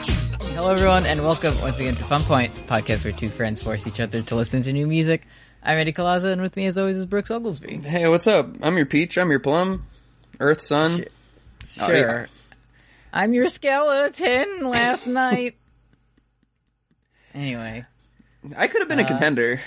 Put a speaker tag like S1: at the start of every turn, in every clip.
S1: Hello, everyone, and welcome once again to Fun Point, a podcast where two friends force each other to listen to new music. I'm Eddie Colaza, and with me, as always, is Brooks Oglesby.
S2: Hey, what's up? I'm your peach. I'm your plum. Earth, sun.
S1: Shit. Sure,
S2: Oh, yeah.
S1: I'm your skeleton. Last night. Anyway,
S2: I could have been a contender.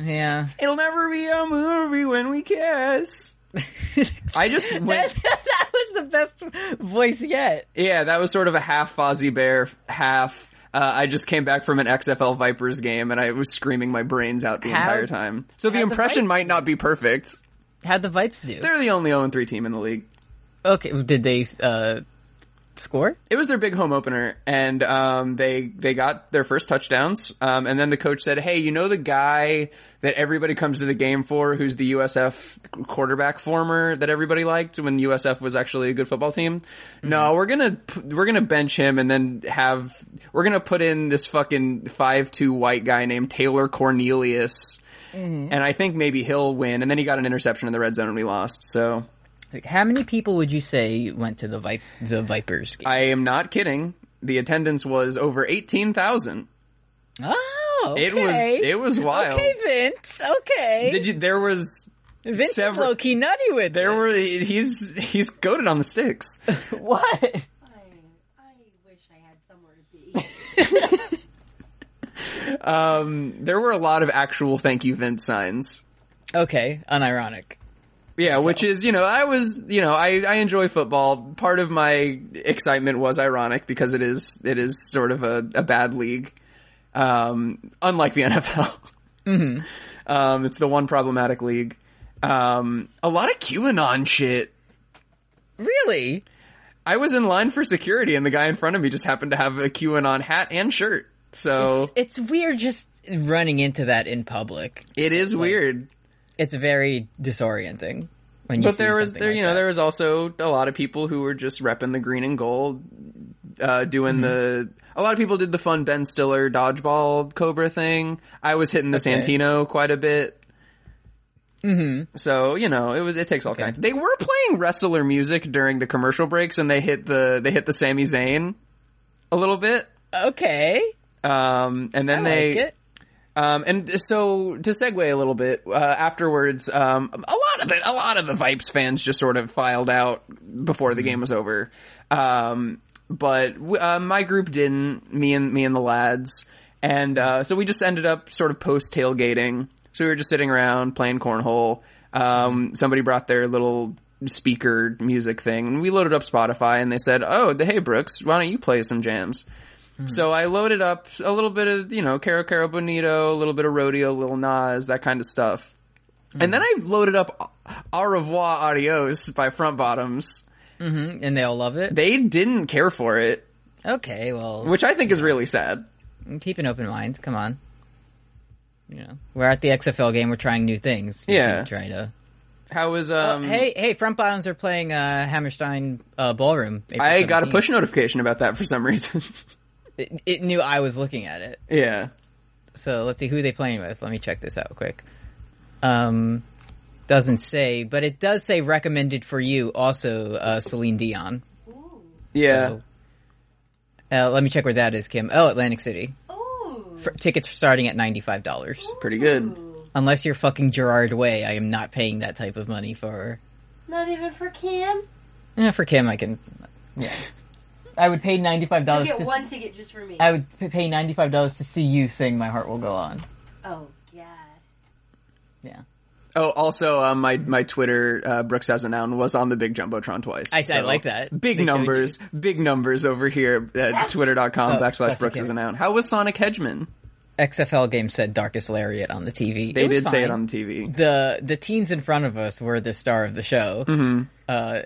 S1: yeah,
S2: Uh, It'll never be a movie when we kiss. I just went.
S1: that was the best voice yet.
S2: yeah, that was sort of a half Fozzie Bear, half. Uh, I just came back from an XFL Vipers game and I was screaming my brains out the
S1: How-
S2: entire time. So the
S1: how'd the
S2: impression
S1: Vipers
S2: might not be perfect.
S1: How'd the Vipes do?
S2: They're the only 0 3 team in the league.
S1: Okay, did they uh, score?
S2: It was their big home opener, and um, they they got their first touchdowns. Um, and then the coach said, "Hey, you know the guy that everybody comes to the game for, who's the USF quarterback former that everybody liked when USF was actually a good football team? No, we're gonna p- we're gonna bench him, and then have we're gonna put in this fucking five two white guy named Taylor Cornelius, and I think maybe he'll win. And then he got an interception in the red zone, and we lost. So
S1: Like, how many people would you say went to the Vi- the Vipers game?
S2: I am not kidding. The attendance was over eighteen thousand.
S1: oh, okay.
S2: It was it was wild.
S1: Okay, Vince. Okay.
S2: Did you? There was
S1: Vince is
S2: sever-
S1: low key nutty with
S2: there
S1: it.
S2: were he's he's goaded on the sticks.
S1: what?
S3: I, I wish I had somewhere to be.
S2: There were a lot of actual thank you Vince signs.
S1: Okay, unironic.
S2: Yeah, which is you know I was you know I I enjoy football. Part of my excitement was ironic because it is it is sort of a, a bad league, um, unlike the NFL.
S1: Mm-hmm.
S2: Um, it's the one problematic league. Um, a lot of QAnon shit.
S1: Really?
S2: I was in line for security, and the guy in front of me just happened to have a QAnon hat and shirt. So
S1: It's, it's weird just running into that in public.
S2: it is weird.
S1: It's very disorienting when you.
S2: But
S1: see
S2: there was
S1: something
S2: there
S1: like
S2: you know
S1: that.
S2: there was also a lot of people who were just repping the green and gold, uh, doing
S1: Mm-hmm.
S2: the. A lot of people did the fun Ben Stiller dodgeball Cobra thing. I was hitting the
S1: Okay.
S2: Santino quite a bit. Mm-hmm. So you know it was it takes all kinds. They were playing wrestler music during the commercial breaks, and they hit the they hit the Sami Zayn a little bit.
S1: Okay,
S2: Um, and then
S1: I
S2: they
S1: like it.
S2: Um, and so to segue a little bit, uh, afterwards, um, a lot of the, a lot of the Vipes fans just sort of filed out before the game was over. Um, but w- uh, my group didn't, me and, me and the lads. And, uh, so we just ended up sort of post tailgating. So we were just sitting around playing cornhole. Um, somebody brought their little speaker music thing and we loaded up Spotify and they said, Oh, hey Brooks, why don't you play some jams? Mm-hmm. So I loaded up a little bit of, you know, Caro Caro Bonito, a little bit of Rodeo, Lil Nas, that kind of stuff. And then I loaded up Au Revoir Adios by Front Bottoms.
S1: Mm, and they all love it.
S2: They didn't care for it,
S1: okay, well,
S2: which I think is really sad.
S1: keep an open mind. Come on. You know, we're at the XFL game. We're trying new things. You
S2: Yeah.
S1: should try to. Oh,
S2: How was, um,
S1: hey, hey, front bottoms are playing uh, Hammerstein uh, Ballroom. April
S2: I got a
S1: 17th.
S2: push notification about that for some reason.
S1: It, it knew I was looking at it.
S2: yeah.
S1: So let's see who they playing with. Let me check this out quick. Um, doesn't say, but it does say recommended for you. Also, uh, Celine Dion.
S3: Ooh.
S2: Yeah.
S1: So, uh, let me check where that is, Kim. Oh, Atlantic City.
S3: Ooh.
S1: For, tickets starting at ninety five dollars.
S2: Pretty good.
S3: Ooh.
S1: Unless you're fucking Gerard Way, I am not paying that type of money for.
S3: Not even for Kim.
S1: Eh, for Kim, I can. Yeah. I would pay ninety five
S3: You
S1: dollars.
S3: get one ticket just for me.
S1: I would p- pay ninety five dollars to see you sing "My Heart Will Go On."
S3: oh God.
S1: Yeah,
S2: Oh, also, uh, my, my Twitter, uh, Brooks has a noun was on the big Jumbotron twice.
S1: I, I like that.
S2: Big
S1: Like,
S2: numbers, big numbers over here at twitter.com
S1: Oh,
S2: backslash
S1: that's
S2: Brooks
S1: okay.
S2: is an noun. How was Sonic Hedgeman?
S1: XFL game said "Darkest Lariat" on the TV.
S2: They
S1: was
S2: did say it
S1: fine.
S2: on the TV.
S1: the the teens in front of us were the star of the show.
S2: Mm-hmm.
S1: Uh,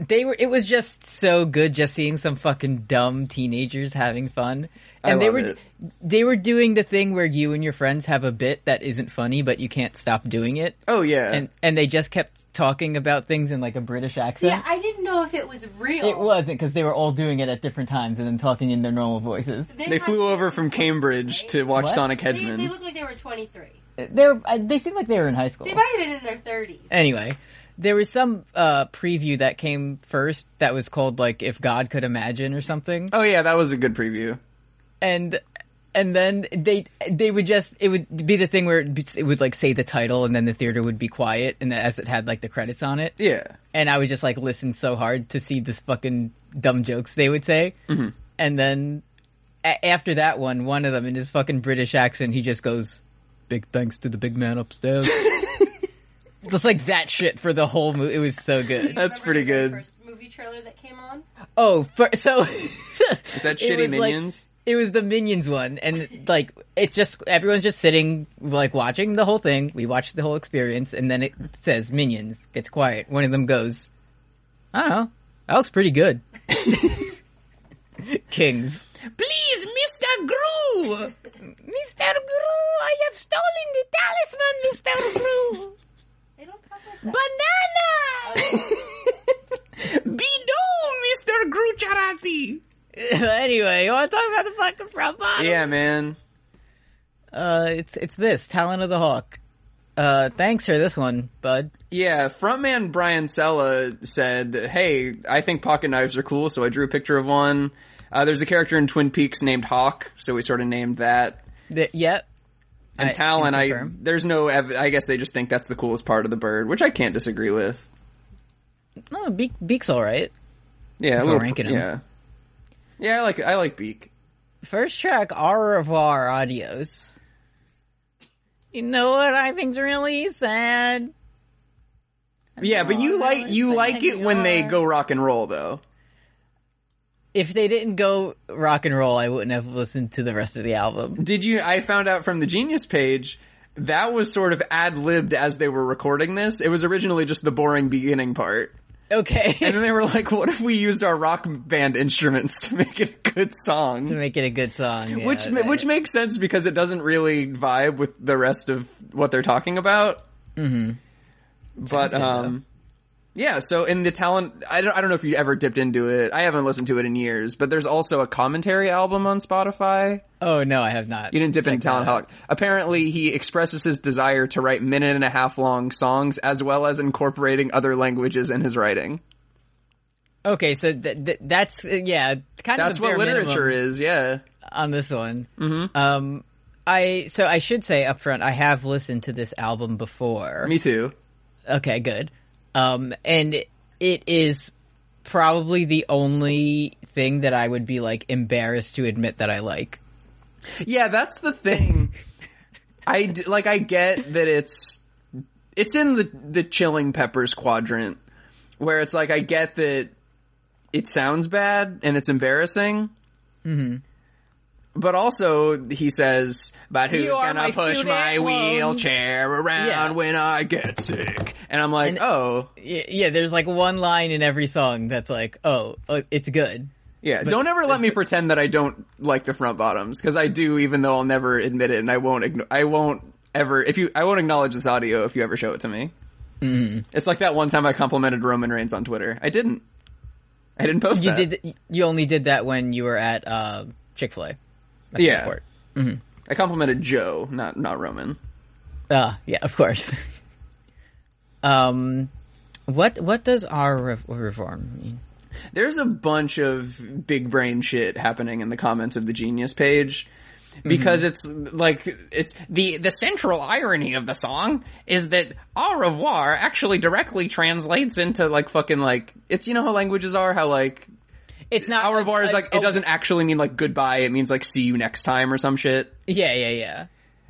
S1: they were. It was just so good, just seeing some fucking dumb teenagers having fun, and they
S2: love
S1: were
S2: it.
S1: they were doing the thing where you and your friends have a bit that isn't funny, but you can't stop doing it,
S2: Oh yeah.
S1: and and they just kept talking about things in like a British accent.
S3: Yeah, I didn't know if it was real.
S1: It wasn't because they were all doing it at different times and then talking in their normal voices.
S2: they
S3: must-
S2: flew over from Cambridge to watch
S1: What?
S2: Sonic
S3: They, they
S2: Hedman.
S3: looked like they were 23.
S1: uh, They were, I- they seemed like they were in high school.
S3: They might have been in their 30s.
S1: Anyway, there was some uh, preview that came first that was called like "If God Could Imagine" or something,
S2: Oh yeah, that was a good preview.
S1: and and then they they would just it would be the thing where it would be- it would like say the title and then the theater would be quiet and as it had like the credits on it,
S2: Yeah.
S1: and I would just like listen so hard to see this fucking dumb jokes they would say, and then a- after that one, one of them in his fucking British accent, he just goes, "Big thanks to the big man upstairs." Just like that shit for the whole movie. It was so good.
S2: That's
S3: Remember
S2: pretty
S3: the very
S2: good.
S3: First movie trailer that came on.
S1: Oh, for, so is
S2: that shitty Minions?
S1: it was the Minions one, and like it's just everyone's just sitting like watching the whole thing. We watched the whole experience, and then it says Minions gets quiet. One of them goes, "I don't know, that looks pretty good." Kings, please, Mister Gru, Mister Gru, I have stolen the talisman, Mister Gru.
S3: They don't talk like that.
S1: Banana.
S2: Mr. Grucharati.
S1: anyway, you want to talk about the fucking front bottom?
S2: Yeah, man.
S1: Uh, it's it's this Talon of the Hawk. Uh, thanks for this one, bud.
S2: Yeah, frontman Brian Sella said, "Hey, I think pocket knives are cool, so I drew a picture of one. Uh, there's a character in Twin Peaks named Hawk, so we sort of named that.
S1: Th- yep.
S2: And
S1: I can
S2: Talon, I
S1: confirm.
S2: there's no. Ev- I guess they just think that's the coolest part of the bird, which I can't disagree with.
S1: No, Oh, Beak Beak's all right.
S2: Yeah, a
S1: we're
S2: little,
S1: ranking 'em.
S2: yeah, yeah. I like I like Beak.
S1: First track, Au revoir, adios. You know what I think's really sad?
S2: Yeah, but you like you like it when they go rock and roll though.
S1: If they didn't go rock and roll, I wouldn't have listened to the rest of the album.
S2: Did you? I found out from the Genius page that was sort of ad libbed as they were recording this. It was originally just the boring beginning part,
S1: Okay.
S2: and then they were like, "What if we used our rock band instruments to make it a good song?"
S1: to make it a good song. yeah,
S2: which ma-
S1: that-
S2: which makes sense because it doesn't really vibe with the rest of what they're talking about. Mm-hmm. But
S1: good,
S2: um, yeah. So in the talent, I don't I don't know if you ever dipped into it. I haven't listened to it in years. But there's also a commentary album on Spotify.
S1: Oh no, I have not.
S2: You didn't dip into
S1: that
S2: Talent Hawk. Apparently, he expresses his desire to write minute and a half long songs as well as incorporating other languages in his writing.
S1: Okay, so th- th- that's uh, yeah, kind of
S2: That's
S1: the
S2: what
S1: bare
S2: literature
S1: minimum.
S2: is. Yeah.
S1: on this one. Mm-hmm. Um, I so I should say up front, I have listened to this album before.
S2: Me too.
S1: Okay, good. Um, and it is probably the only thing that I would be like embarrassed to admit that I like.
S2: Yeah, that's the thing. I d- like I get that it's it's in the the chilling peppers quadrant where it's like I get that it sounds bad and it's embarrassing. Mhm.
S1: Mm-hmm.
S2: But also he says, "But who's
S1: You are
S2: gonna
S1: my
S2: push
S1: student
S2: my
S1: loans."
S2: wheelchair around
S1: Yeah.
S2: when I get sick?" And I'm like, "Oh,
S1: Y- Yeah, there's like one line in every song that's like, "Oh, uh, it's good."
S2: yeah, don't ever let me pretend that I don't like the front bottoms because I do, even though I'll never admit it, and I won't. Igno- I won't ever if you. I won't acknowledge this audio if you ever show it to me.
S1: Mm-hmm.
S2: It's like that one time I complimented Roman Reigns on Twitter. I didn't. I didn't post
S1: You
S2: that.
S1: did. th- You only did that when you were at uh, Chick Fil A.
S2: yeah. I complimented Joe, not not Roman.
S1: Uh, yeah, of course. um, what what does our re- reform mean?
S2: there's a bunch of big brain shit happening in the comments of the genius page because
S1: Mm-hmm.
S2: it's like it's the the central irony of the song is that au revoir actually directly translates into like fucking like it's you know how languages are how like
S1: It's not
S2: au revoir is like
S1: oh,
S2: it doesn't actually mean like goodbye it means like see you next time or some shit
S1: Yeah, yeah, yeah.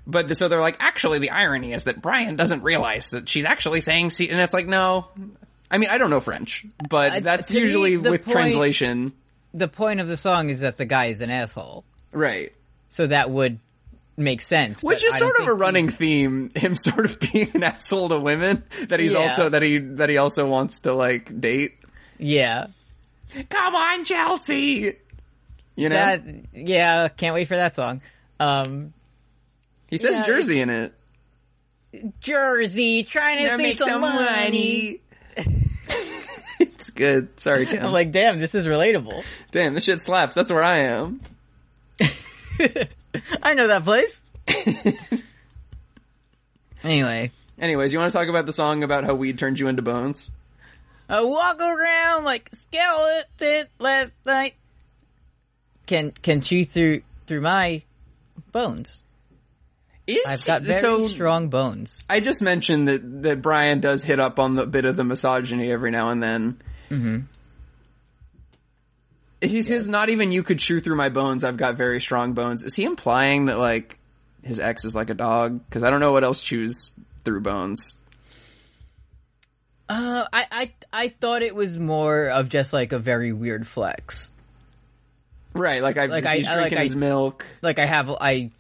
S2: but so they're like actually the irony is that Brian doesn't realize that she's actually saying see and it's like no I mean I don't know French but
S1: Uh,
S2: that's
S1: to me,
S2: usually
S1: the
S2: with
S1: point-
S2: translation
S1: The point of the song is that the guy is an asshole,
S2: right
S1: so that would make sense.
S2: Which
S1: but
S2: is
S1: I don't
S2: sort
S1: think
S2: of a
S1: he's-
S2: running theme, him sort of being an asshole to women that he's
S1: Yeah.
S2: also that he that he also wants to like date.
S1: Yeah,
S2: Come on, Chelsea. You know?
S1: that. Yeah, can't wait for that song. Um,
S2: he says
S1: yeah,
S2: Jersey in it.
S1: Jersey, trying to make some money.
S2: it's good. Sorry, Kim.
S1: I'm like, damn, this is relatable.
S2: Damn, this shit slaps. That's where I am.
S1: I know that place. anyway,
S2: Anyways, you want to talk about the song about how weed turned you into bones?
S1: I walk around like a skeleton last night. Can can chew through through my bones.
S2: Is
S1: I've got very
S2: so
S1: strong bones.
S2: I just mentioned that that Brian does hit up on the bit of the misogyny every now and then. Mm-hmm. He says, "Not even you could chew through my bones. I've got very strong bones." Is he implying that like his ex is like a dog? Because I don't know what else chews through bones.
S1: Uh, I, I I thought it was more of just like a very weird flex.
S2: Right, like I,
S1: Like, I-
S2: he's
S1: I- like,
S2: drinking
S1: I-
S2: his milk.
S1: Like I have I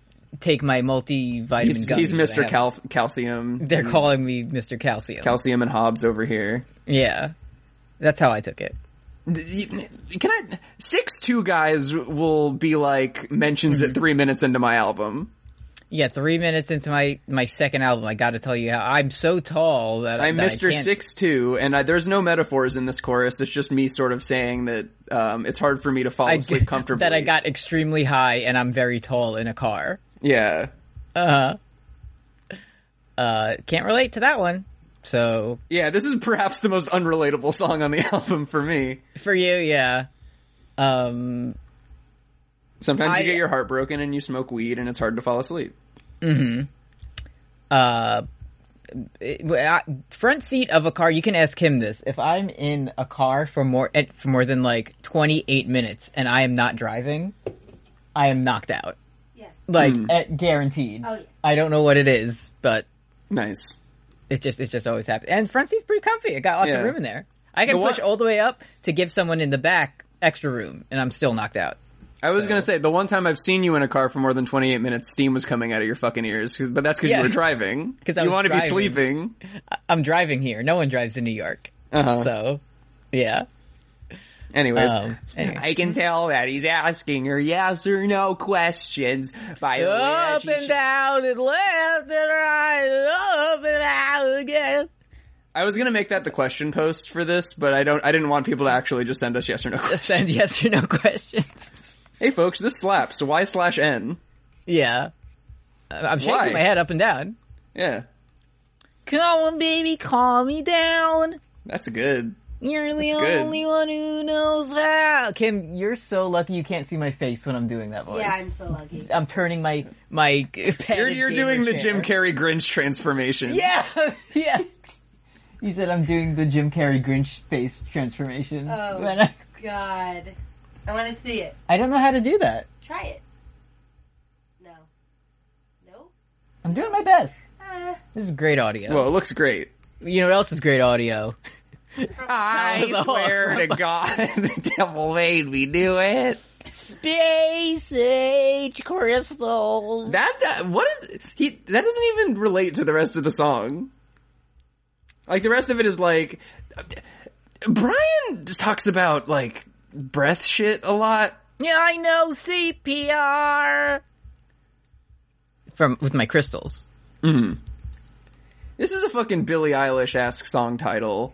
S1: take my multivitamin
S2: He's,
S1: gummies
S2: he's
S1: that I
S2: Mr.
S1: have.
S2: Cal- calcium,
S1: They're calling me Mr. Calcium.
S2: calcium and Hobbs over here.
S1: yeah. That's how I took it.
S2: Can I? Six two guys will be like mentions
S1: Mm-hmm.
S2: it three minutes into my album.
S1: Yeah, three minutes into my my second album, I got to tell you how I'm so tall that
S2: I'm
S1: that
S2: Mr.
S1: I can't-
S2: Six Two, and I, there's no metaphors in this chorus. It's just me sort of saying that um, it's hard for me to fall
S1: I-
S2: asleep comfortably.
S1: that I got extremely high and I'm very tall in a car.
S2: yeah,
S1: Uh, can't relate to that one. So
S2: yeah. This is perhaps the most unrelatable song on the album for me.
S1: for you, yeah. Um,
S2: Sometimes
S1: I-
S2: you get your heart broken and you smoke weed, and it's hard to fall asleep.
S1: it- I- front seat of a car. You can ask him this. If I'm in a car for more eh, for more than like 28 minutes and I am not driving, I am knocked out.
S3: Yes.
S1: Like
S2: Hmm.
S1: eh, guaranteed.
S3: Oh, yes.
S1: I don't know what it is, but
S2: Nice.
S1: It just it just always happens. And front seat's pretty comfy. It got lots
S2: Yeah.
S1: of room in there. I can
S2: The one-
S1: push all the way up to give someone in the back extra room, and I'm still knocked out.
S2: I was gonna say the one time I've seen you in a car for more than 28 minutes, steam was coming out of your fucking ears, 'cause- but that's because
S1: Yeah.
S2: you were driving.
S1: 'Cause I
S2: you
S1: was
S2: want to be
S1: driving.
S2: sleeping.
S1: I'm driving here. No one drives to New York,
S2: Uh-huh.
S1: so yeah.
S2: Anyways,
S1: Um, anyway.
S2: I can tell that he's asking her yes or no questions by the way that
S1: Up
S2: she
S1: and down and left and right, up and out again.
S2: I was gonna make that the question post for this, but I don't. I didn't want people to actually just send us yes or no questions.
S1: Send yes or no questions.
S2: hey, folks, this slaps. So why slash n?
S1: yeah, I- I'm shaking
S2: Why?
S1: my head up and down.
S2: Yeah,
S1: Come on, baby, calm me down.
S2: that's good.
S1: You're the
S2: That's good.
S1: only one who knows how. Kim, you're so lucky you can't see my face when I'm doing that voice.
S3: Yeah, I'm so lucky.
S1: I'm turning my my.
S2: You're, you're doing the Jim Carrey Grinch transformation.
S1: Yeah, yeah. You said I'm doing the Jim Carrey Grinch face transformation.
S3: Oh.
S1: When I,
S3: God. I want to see it.
S1: I don't know how to do that.
S3: Try it. No. No?
S1: I'm doing my best.
S3: Ah.
S1: This is great audio.
S2: Well, it looks great.
S1: you know what else is great audio?
S2: I
S1: the whole-
S2: swear to God, the devil made me do it.
S1: Space age crystals.
S2: That that what is he? That doesn't even relate to the rest of the song. Like the rest of it is like Brian just talks about like breath shit a lot.
S1: yeah, I know CPR. From with my crystals.
S2: This is a fucking Billie Eilish esque song title.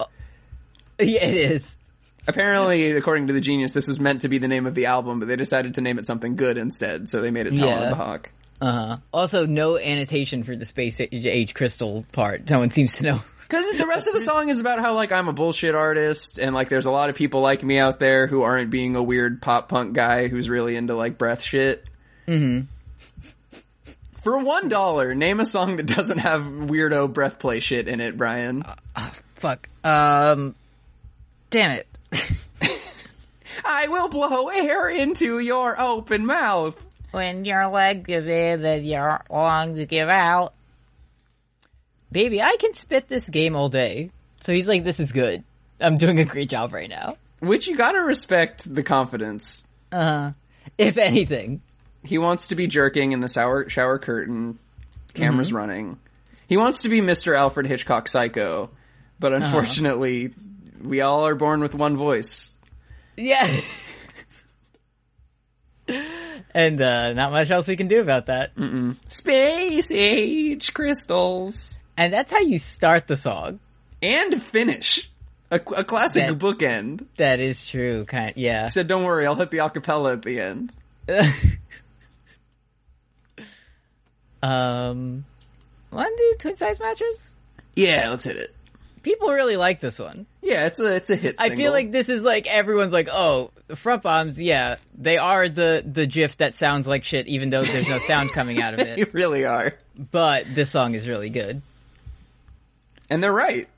S1: Yeah, it is.
S2: Apparently, according to the genius, this was meant to be the name of the album, but they decided to name it something good instead, so they made it Talon
S1: Yeah.
S2: the Hawk.
S1: Uh-huh. Also, no annotation for the space a- age crystal part. No one seems to know.
S2: Because the rest of the song is about how like I'm a bullshit artist, and like there's a lot of people like me out there who aren't being a weird pop punk guy who's really into like breath shit. Mm-hmm. For one dollar, name a song that doesn't have weirdo breath play shit in it, Brian.
S1: Fuck. Um. Damn it.
S2: I will blow air into your open mouth.
S1: When your leg is in and your lungs give out. Baby, I can spit this game all day. So he's like, this is good. I'm doing a great job right now.
S2: Which you gotta respect the confidence.
S1: If anything.
S2: He wants to be jerking in the shower shower curtain. Cameras running. He wants to be Mr. Alfred Hitchcock Psycho, but unfortunately, we all are born with one voice.
S1: Yes. and, uh, not much else we can do about that.
S2: Space age crystals
S1: And that's how you start the song.
S2: and finish a, a classic
S1: That-
S2: bookend.
S1: That is true. Kind yeah.
S2: Said, "Don't worry, I'll hit the acapella at the end."
S1: um, want to do twin size mattress?
S2: Yeah, let's hit it.
S1: People really like this one.
S2: Yeah, it's a it's a hit.
S1: I
S2: single.
S1: feel like this is like everyone's like, oh, front bombs, yeah, they are the the GIF that sounds like shit, even though there's no sound coming out of
S2: you
S1: it.
S2: really are,
S1: But this song is really good.
S2: and they're right.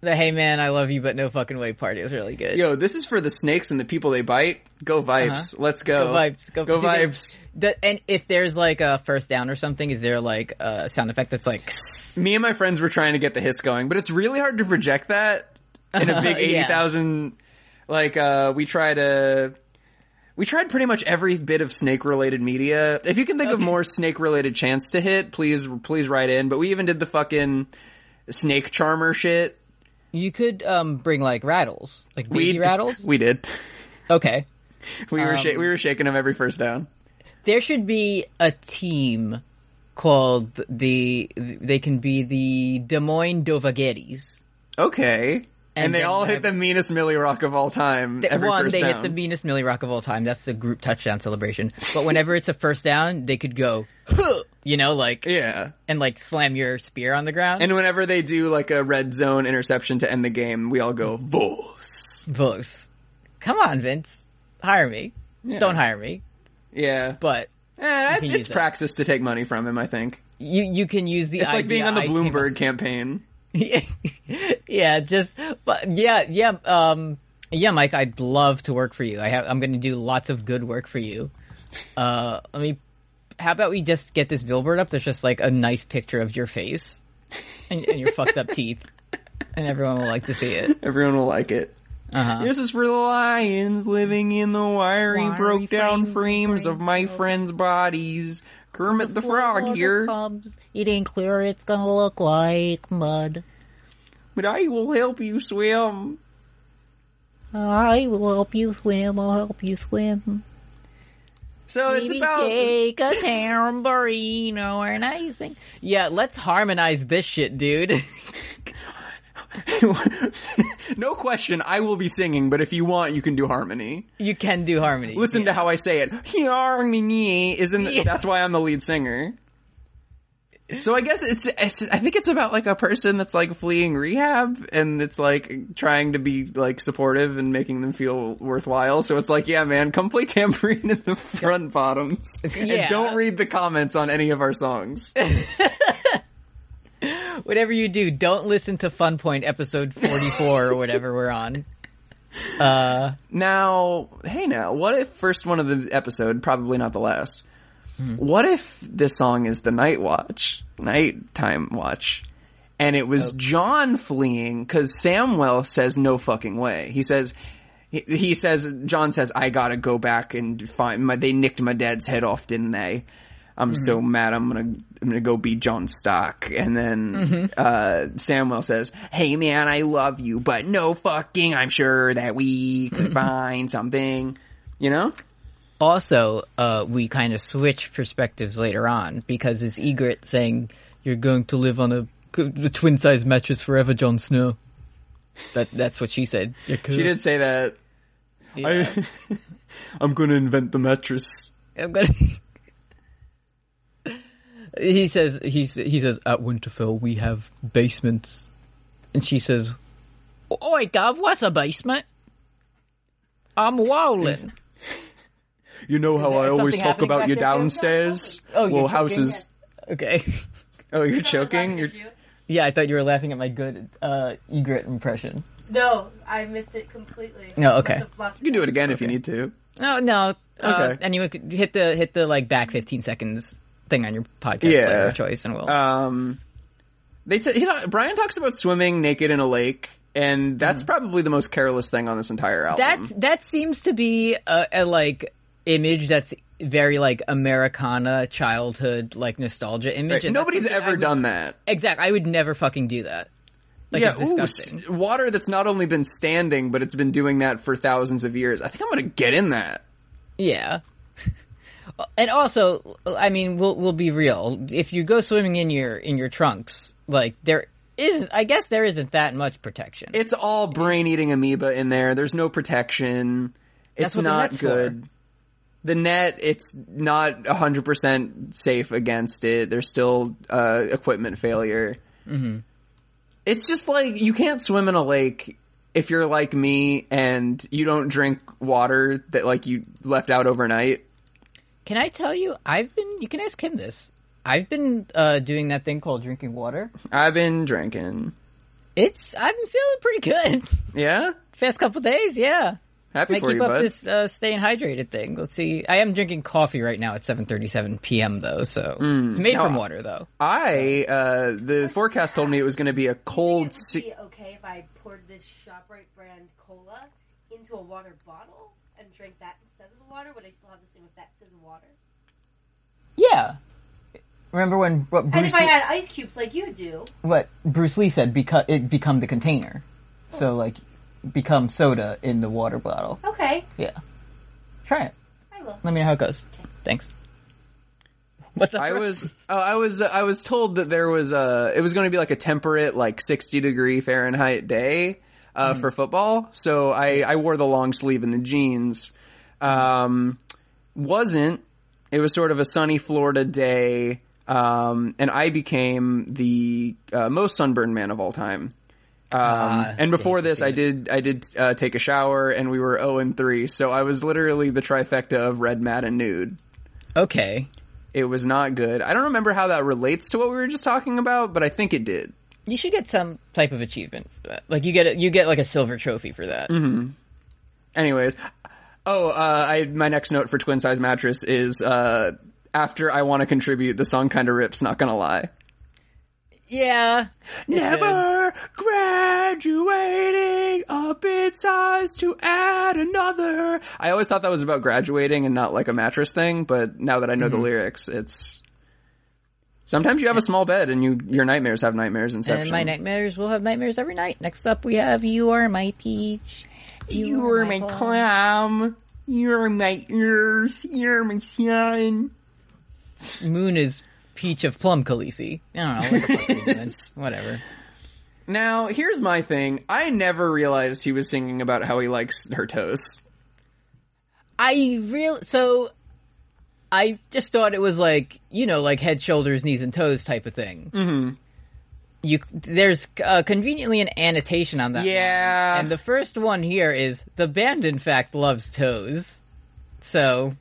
S1: The Hey Man, I Love You But No Fucking Way party is really good.
S2: Yo, this is for the snakes and the people they bite. Go vibes. Let's
S1: Uh-huh.
S2: go.
S1: Go vibes. Go, do they-
S2: vibes.
S1: do- and if there's like a first down or something, is there like a sound effect that's like
S2: Me and my friends were trying to get the hiss going, but it's really hard to project that in a big
S1: Yeah.
S2: eighty thousand. Like uh, we try to. We tried pretty much every bit of snake related media. If you can think of more snake related chants to hit, please please write in. But we even did the fucking snake charmer shit.
S1: you could um bring like rattles, like baby
S2: we
S1: rattles. Um,
S2: We did.
S1: Okay,
S2: We were sha- we were shaking them every first down.
S1: there should be a team called the they can be the Des Moines Dovagettes.
S2: Okay. And,
S1: And
S2: they
S1: then
S2: all
S1: you
S2: hit
S1: have-
S2: the meanest Millie Rock of all time.
S1: That-
S2: every
S1: one,
S2: first
S1: they
S2: down.
S1: hit the meanest Millie Rock of all time. That's the group touchdown celebration. But whenever it's a first down, they could go, "Huh," you know, like
S2: Yeah.
S1: and like slam your spear on the ground.
S2: And whenever they do like a red zone interception to end the game, we all go Vos.
S1: Vos, come on, Vince, hire me. Don't hire me,
S2: Yeah,
S1: but
S2: Eh,
S1: can use
S2: it's
S1: that.
S2: praxis to take money from him. I think
S1: you you can use the
S2: it's like being on the
S1: idea I came
S2: Bloomberg campaign.
S1: yeah, just but yeah, yeah, um, yeah, Mike. I'd love to work for you. I have. I'm going to do lots of good work for you. Uh, I mean, how about we just get this billboard up? There's just like a nice picture of your face and, and your fucked up teeth, and everyone will like to see it.
S2: Everyone will like it.
S1: Uh-huh.
S2: This is for the lions living in the wiry,
S1: Wiry
S2: broke down
S1: frames-
S2: frames of my friends' bodies. Kermit the Frog here,
S1: It ain't clear. It's gonna look like mud.
S2: but I will help you swim.
S1: I will help you swim. I'll help you swim.
S2: So it's about
S1: take a tambourino or anything. Yeah, let's harmonize this shit, dude.
S2: no question, I will be singing, but if you want, you can do harmony.
S1: you can do harmony.
S2: Listen to how I say it. Harmony isn't that's why I'm the lead singer. So I guess it's, it's I think it's about like a person that's like fleeing rehab and it's like trying to be like supportive and making them feel worthwhile. So it's like, yeah, man, come play tambourine in the front bottoms and
S1: Yeah.
S2: don't read the comments on any of our songs.
S1: Whatever you do, don't listen to Fun Point episode 44 or whatever we're on.
S2: Now, hey now, what if first one of the episode, probably not the last. What if this song is the night watch, nighttime watch, and it was John fleeing because Samwell says no fucking way. He says, he, he says, John says, I gotta go back and find my. They nicked my dad's head off, didn't they? I'm so mad. I'm gonna I'm gonna go be John Stock, and then uh, Samwell says, "Hey man, I love you, but no fucking. I'm sure that we can find something." You know?
S1: Also, uh, we kind of switch perspectives later on because it's Egret saying, You're going to live on a, the twin size mattress forever, Jon Snow. That, that's what she said.
S2: She did say that. I, I'm gonna invent the mattress.
S1: I'm gonna. he says he s- he says at Winterfell we have basements, and she says, "Oi, Gov, what's a basement? I'm wowling."
S2: You know how
S1: there
S2: I always
S1: something
S2: talk
S1: happening
S2: about
S1: back
S2: your
S1: there, Bill?
S2: downstairs.
S1: Oh, you're
S2: well,
S1: joking?
S2: houses.
S1: Okay.
S2: Oh, you're joking. You're,
S3: You?
S1: Yeah, I thought you were laughing at my good uh, egret impression.
S3: No, I missed it completely.
S1: No, okay.
S3: Must have blocked
S2: you can do it again if you need to.
S1: No, no. Uh,
S2: Okay.
S1: Anyone could hit the hit the like back 15 seconds thing on your podcast
S2: Yeah.
S1: player of choice, and we'll.
S2: um they t- you know, Brian talks about swimming naked in a lake and that's probably the most careless thing on this entire album.
S1: Mm. That's that seems to be a, a like image that's very like Americana childhood like nostalgia image. and that's
S2: nobody's
S1: something I
S2: ever
S1: would-
S2: done that.
S1: Exact. I would never fucking do that. Like it's
S2: yeah, ooh,
S1: disgusting.
S2: s- water that's not only been standing but it's been doing that for thousands of years. I think I'm going to get in that.
S1: Yeah. and also, I mean, we'll we'll be real. If you go swimming in your in your trunks, like there isn't. I guess there isn't that much protection.
S2: It's all brain-eating amoeba in there. There's no protection.
S1: That's
S2: It's
S1: what the
S2: not
S1: net's for.
S2: good. The net, it's not 100% safe against it. There's still uh, equipment failure.
S1: Mm-hmm.
S2: It's just like you can't swim in a lake if you're like me and you don't drink water that like you left out overnight.
S1: Can I tell you? I've been. You can ask him this. I've been uh, doing that thing called drinking water.
S2: I've been drinking.
S1: It's. I've been feeling pretty good.
S2: Yeah,
S1: Past couple days, yeah.
S2: happy
S1: Might
S2: for
S1: keep
S2: you,
S1: up
S2: bud.
S1: this uh, staying hydrated thing. Let's see. I am drinking coffee right now at 7:37 p.m. though, so
S2: Mm.
S1: it's made from water though.
S2: I uh, the forecast told me it was going to be a cold.
S3: Would it
S2: Si-
S3: be okay if I poured this ShopRite brand cola into a water bottle and drank that instead of the water? Would I still have the same effect as water?
S1: Yeah. Remember when what
S3: And
S1: Bruce
S3: if I had ice cubes like you do,
S1: what Bruce Lee said? Because it become the container, so like become soda in the water bottle.
S3: okay,
S1: Yeah. Try it.
S3: I will.
S1: Let me know how it goes. Thanks. What's up?
S2: I
S1: Bruce?
S2: was uh, I was I was told that there was a it was going to be like a temperate like 60 degree Fahrenheit day uh,
S1: Hmm.
S2: for football. So I I wore the long sleeve and the jeans. Um wasn't it was sort of a sunny Florida day um and I became the uh, most sunburned man of all time. Um,
S1: Ah,
S2: and before
S1: hate to
S2: this,
S1: see
S2: I
S1: it.
S2: did I did uh, take a shower, and we were zero and three. So I was literally the trifecta of red, mad, and nude.
S1: Okay.
S2: It was not good. I don't remember how that relates to what we were just talking about, but I think it did.
S1: You should get some type of achievement. for that. Like you get a, you get like a silver trophy for that.
S2: Anyways, oh, uh, I my next note for Twin Size Mattress is uh, after I want to contribute, the song kind of rips. Not gonna lie.
S1: Yeah.
S2: Never graduating up in size to add another. I always thought that was about graduating and not like a mattress thing, but now that I know the lyrics, it's. Sometimes you have a small bed and you your nightmares have nightmares inception.
S1: And my nightmares will have nightmares every night. Next up, we have You Are My Peach.
S2: You were my
S1: Paul.
S2: clam. You're my ears. You're my sun.
S1: Moon is Peach of Plum Khaleesi. I don't know. What the fuck are you doing? Whatever.
S2: Now, here's my thing. I never realized he was singing about how he likes her toes.
S1: I real so I just thought it was like you know like head, shoulders, knees, and toes type of thing. Mm-hmm. You there's uh, conveniently an annotation on that. line.
S2: Yeah.
S1: and the first one here is the band in fact loves toes. So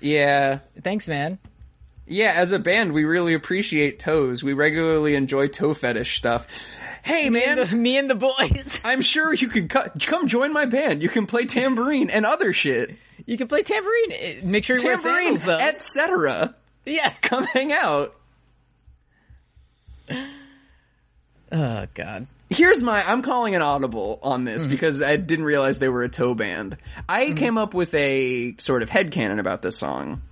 S2: Yeah.
S1: thanks, man.
S2: Yeah, as a band, we really appreciate toes. We regularly enjoy toe fetish stuff. Hey, man,
S1: Me and the boys.
S2: I'm sure you can co- come join my band. You can play tambourine and other shit.
S1: You can play tambourine. Eh, Make sure you
S2: Tambourine,
S1: wear sandals though.
S2: etc.
S1: yeah.
S2: Come hang out.
S1: Oh god.
S2: here's my I'm calling an audible on this because I didn't realize they were a toe band. I came up with a sort of headcanon about this song.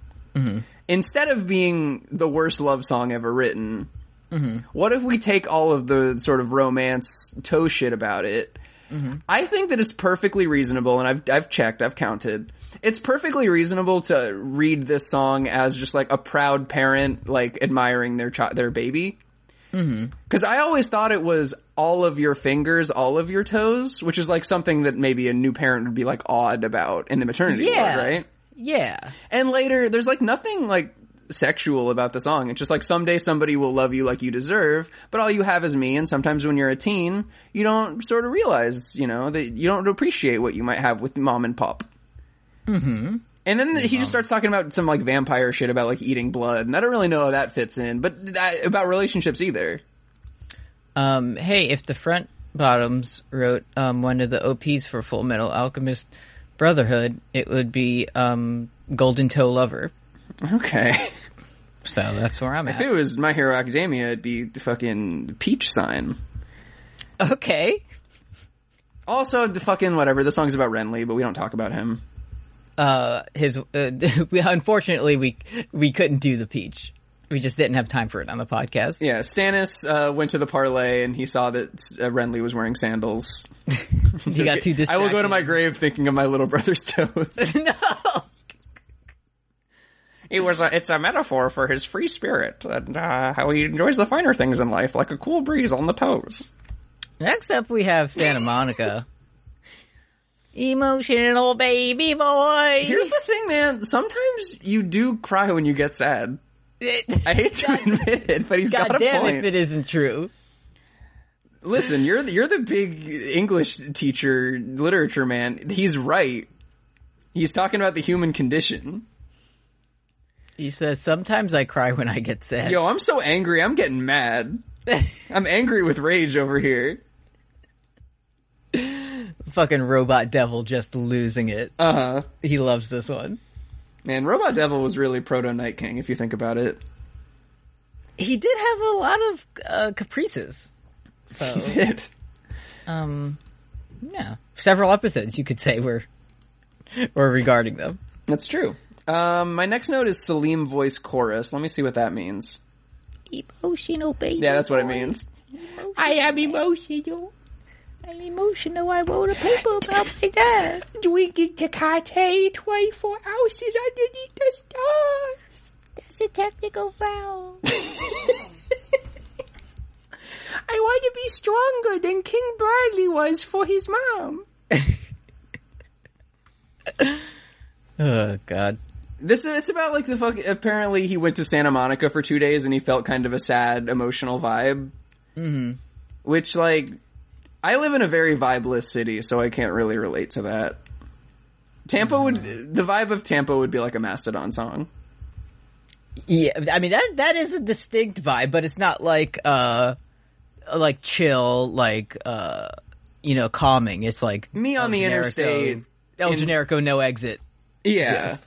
S2: Instead of being the worst love song ever written, what if we take all of the sort of romance toe shit about it? I think that it's perfectly reasonable, and I've I've checked, I've counted. It's perfectly reasonable to read this song as just like a proud parent, like admiring their child, their baby. Because I always thought it was all of your fingers, all of your toes, which is like something that maybe a new parent would be like awed about in the maternity
S1: Yeah.
S2: ward, right?
S1: Yeah.
S2: And later, there's like nothing like sexual about the song. It's just like someday somebody will love you like you deserve, but all you have is me. And sometimes when you're a teen, you don't sort of realize, you know, that you don't appreciate what you might have with mom and pop. Mm-hmm. And then he just starts talking about some like vampire shit about like eating blood, and I don't really know how that fits in, but that, about relationships either.
S1: Um, hey, if the front bottoms wrote um, one of the OPs for Full Metal Alchemist Brotherhood, it would be um, Golden Toe Lover.
S2: Okay.
S1: So that's where I'm
S2: If it
S1: at.
S2: was My Hero Academia, it'd be the fucking peach sign.
S1: Okay.
S2: Also, the fucking whatever. The song's about Renly, but we don't talk about him.
S1: Uh, his uh, we, unfortunately we we couldn't do the peach. We just didn't have time for it on the podcast.
S2: Yeah, Stannis uh, went to the parlay and he saw that uh, Renly was wearing sandals.
S1: he got too distracted.
S2: I will go to my grave thinking of my little brother's toes.
S1: no.
S2: it was a, it's a metaphor for his free spirit and uh, how he enjoys the finer things in life, like a cool breeze on the toes.
S1: Next up, we have Santa Monica. Emotional baby boy.
S2: Here's the thing, man. Sometimes you do cry when you get sad. I hate to admit it, but he's
S1: God
S2: got a
S1: damn
S2: point.
S1: if it isn't true.
S2: Listen, you're the, you're the big English teacher, literature man. He's right. He's talking about the human condition.
S1: He says, Sometimes I cry when I get sad.
S2: Yo, I'm so angry. I'm getting mad. I'm angry with rage over here.
S1: Fucking robot devil just losing it.
S2: Uh huh.
S1: He loves this one.
S2: Man, Robot Devil was really proto Night King if you think about it.
S1: He did have a lot of uh, caprices. So, um, yeah. Several episodes, you could say, were, were regarding them.
S2: That's true. Um, my next note is Salim voice chorus. Let me see what that means.
S1: Emotional baby.
S2: Yeah, that's what it means.
S4: I am emotional.
S1: I'm emotional. I wrote a paper about my dad.
S4: Drinking Tecate 24 ounces underneath the stars.
S1: That's a technical foul.
S4: I want to be stronger than King Bradley was for his mom.
S1: Oh God.
S2: This it's about like the fuck. Apparently, he went to Santa Monica for two days and he felt kind of a sad, emotional vibe. Mm-hmm. Which like, I live in a very vibeless city, so I can't really relate to that. Tampa would the vibe of Tampa would be like a Mastodon song.
S1: Yeah, I mean that that is a distinct vibe, but it's not like uh like chill, like uh you know, calming. It's like
S2: Me on
S1: El
S2: the
S1: Generico-
S2: interstate.
S1: El
S2: in-
S1: Generico no exit.
S2: Yeah.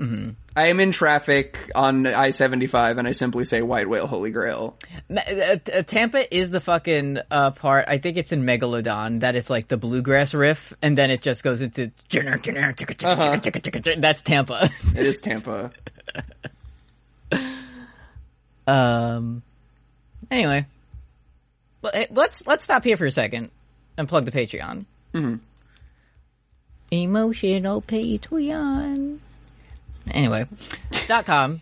S1: Mm-hmm.
S2: I am in traffic on I seventy five, and I simply say "White Whale, Holy Grail."
S1: Ma- uh, t- uh, Tampa is the fucking uh, part. I think it's in Megalodon that it's like the bluegrass riff, and then it just goes into Uh-huh. that's Tampa.
S2: It is Tampa.
S1: um. Anyway, Well, eh, let's let's stop here for a second and plug the Patreon. Emotional Patreon. Anyway, dot com.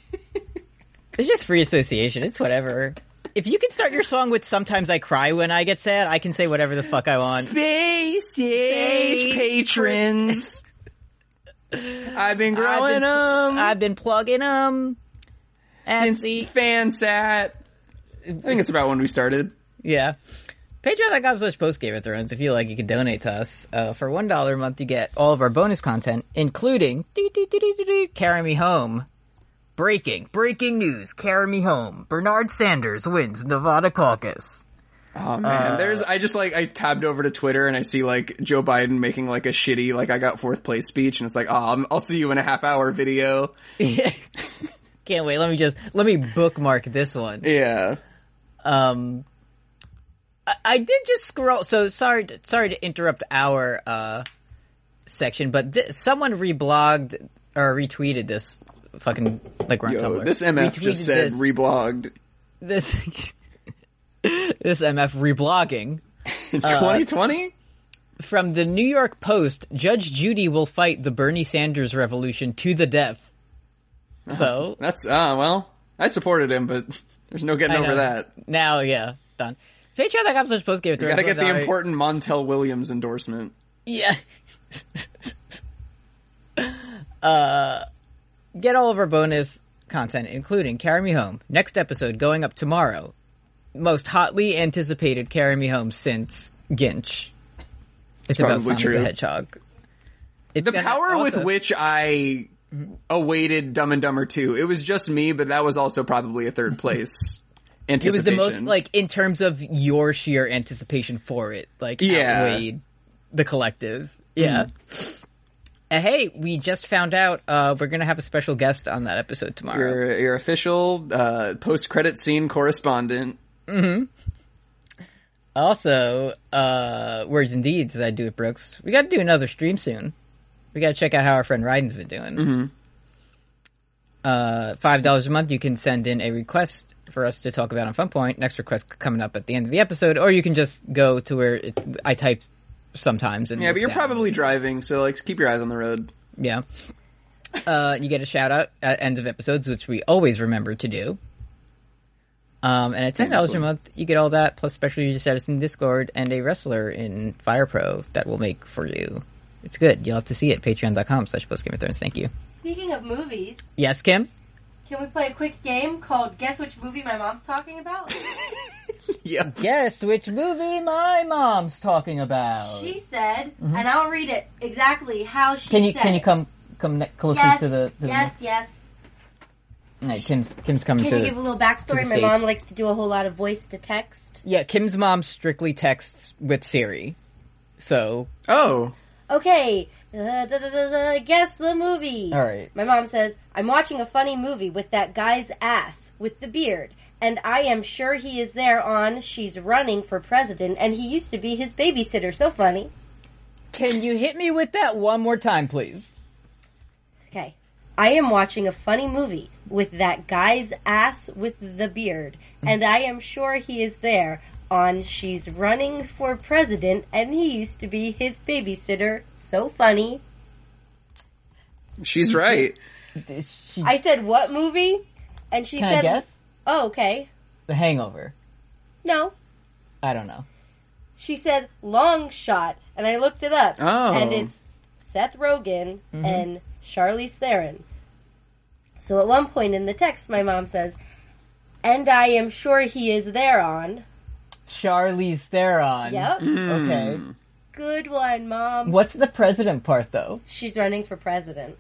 S1: It's just free association. It's whatever. If you can start your song with "Sometimes I cry when I get sad," I can say whatever the fuck I want.
S2: Space Age patrons. I've been growing
S1: been-
S2: them
S1: I've been plugging them.
S2: since
S1: the,
S2: Fansat. I think it's about when we started.
S1: yeah. Patreon.com slash post Game of Thrones. If you like, you can donate to us. Uh, for $1 a month, you get all of our bonus content, including doo, doo, doo, doo, doo, doo, Carry Me Home. Breaking. Breaking news. Carry Me Home. Bernard Sanders wins Nevada caucus.
S2: Oh
S1: Uh,
S2: man, there's. I just like I tabbed over to Twitter and I see like Joe Biden making like a shitty like I got fourth place speech and it's like oh I'm, I'll see you in a half hour video.
S1: Can't wait. Let me just, let me bookmark this one.
S2: Yeah.
S1: um I, I did just scroll so sorry to, sorry to interrupt our uh section but th- someone reblogged or retweeted this fucking like we're on
S2: Yo,
S1: Tumblr.
S2: this MF
S1: Retweeted
S2: just said
S1: this,
S2: reblogged
S1: this this MF reblogging Uh,
S2: 2020.
S1: from the New York Post Judge Judy will fight the Bernie Sanders revolution to the death. So
S2: That's ah well, I supported him, but there's no getting
S1: I
S2: over
S1: know.
S2: that.
S1: now yeah done. Patreon.com slash post game.
S2: Gotta get the important Montel Williams endorsement.
S1: Yeah. uh, get all of our bonus content, including Carry Me Home. Next episode going up tomorrow. Most hotly anticipated Carry Me Home since Ginch. It's about
S2: probably
S1: Sonic
S2: true.
S1: the Hedgehog. It's
S2: The
S1: gonna
S2: power with
S1: also-
S2: which I awaited Dumb and Dumber 2, it was just me, but that was also probably a third place
S1: it was
S2: anticipation.
S1: the most like in terms of your sheer anticipation for it, like
S2: Yeah. Hmm.
S1: outweighed the collective. Yeah. Uh, hey, we just found out uh, we're gonna have a special guest on that episode tomorrow.
S2: your, your official uh, post-credit scene correspondent.
S1: Also, uh, words and deeds as I do it, Brooks. We got to do another stream soon. We got to check out how our friend Ryden's been doing.
S2: Mm-hmm.
S1: Uh, Five dollars a month, you can send in a request for us to talk about on Fun Point. Next request coming up at the end of the episode, or you can just go to where it, I type sometimes. And
S2: Yeah, but
S1: look
S2: you're
S1: down.
S2: probably driving, so like keep your eyes on the road.
S1: yeah. Uh, you get a shout out at ends of episodes, which we always remember to do. Um, and at ten dollars a
S2: Famously.
S1: month, you get all that plus special user status in Discord and a wrestler in Fire Pro that we'll make for you. It's good. You'll have to see it. Patreon.com slash post Game of Thrones. Thank you.
S3: Speaking of movies,
S1: Yes, Kim.
S3: can we play a quick game called Guess Which Movie My Mom's Talking About?
S2: yeah.
S1: Guess which movie my mom's talking
S2: Uh,
S1: about.
S3: She said, and I'll read it exactly how she
S1: mm-hmm. can you
S3: said.
S1: can you
S3: it.
S1: come come ne- closer
S3: Yes,
S1: to the? To the-
S3: yes, yes.
S1: All right, Kim's Kim's coming
S3: Can
S1: to.
S3: I
S1: the-
S3: give a little
S1: to
S3: backstory?
S1: the
S3: My
S1: stage.
S3: mom likes to do a whole lot of voice to text.
S1: yeah, Kim's mom strictly texts with Siri, so
S2: Oh.
S3: Okay, uh, da, da, da, da, guess the movie.
S1: all right.
S3: My mom says, I'm watching a funny movie with that guy's ass with the beard, and I am sure he is there on She's Running for President, and he used to be his babysitter. So funny.
S1: Can you hit me with that one more time, please?
S3: Okay. I am watching a funny movie with that guy's ass with the beard,
S1: Hmm.
S3: and I am sure he is there on She's Running for President, and he used to be his babysitter. So funny.
S2: She's right.
S1: Is she-
S3: I said, What movie? And she
S1: can
S3: said,
S1: I guess?
S3: Oh, okay.
S1: The Hangover.
S3: No.
S1: I don't know.
S3: She said, Long Shot, and I looked it up.
S2: Oh.
S3: And it's Seth Rogen
S1: Mm-hmm.
S3: and Charlize Theron. So at one point in the text, my mom says, And I am sure he is there on.
S1: Charlize Theron.
S3: Yep.
S1: Okay.
S3: Good one, Mom.
S1: What's the president part though?
S3: She's running for president.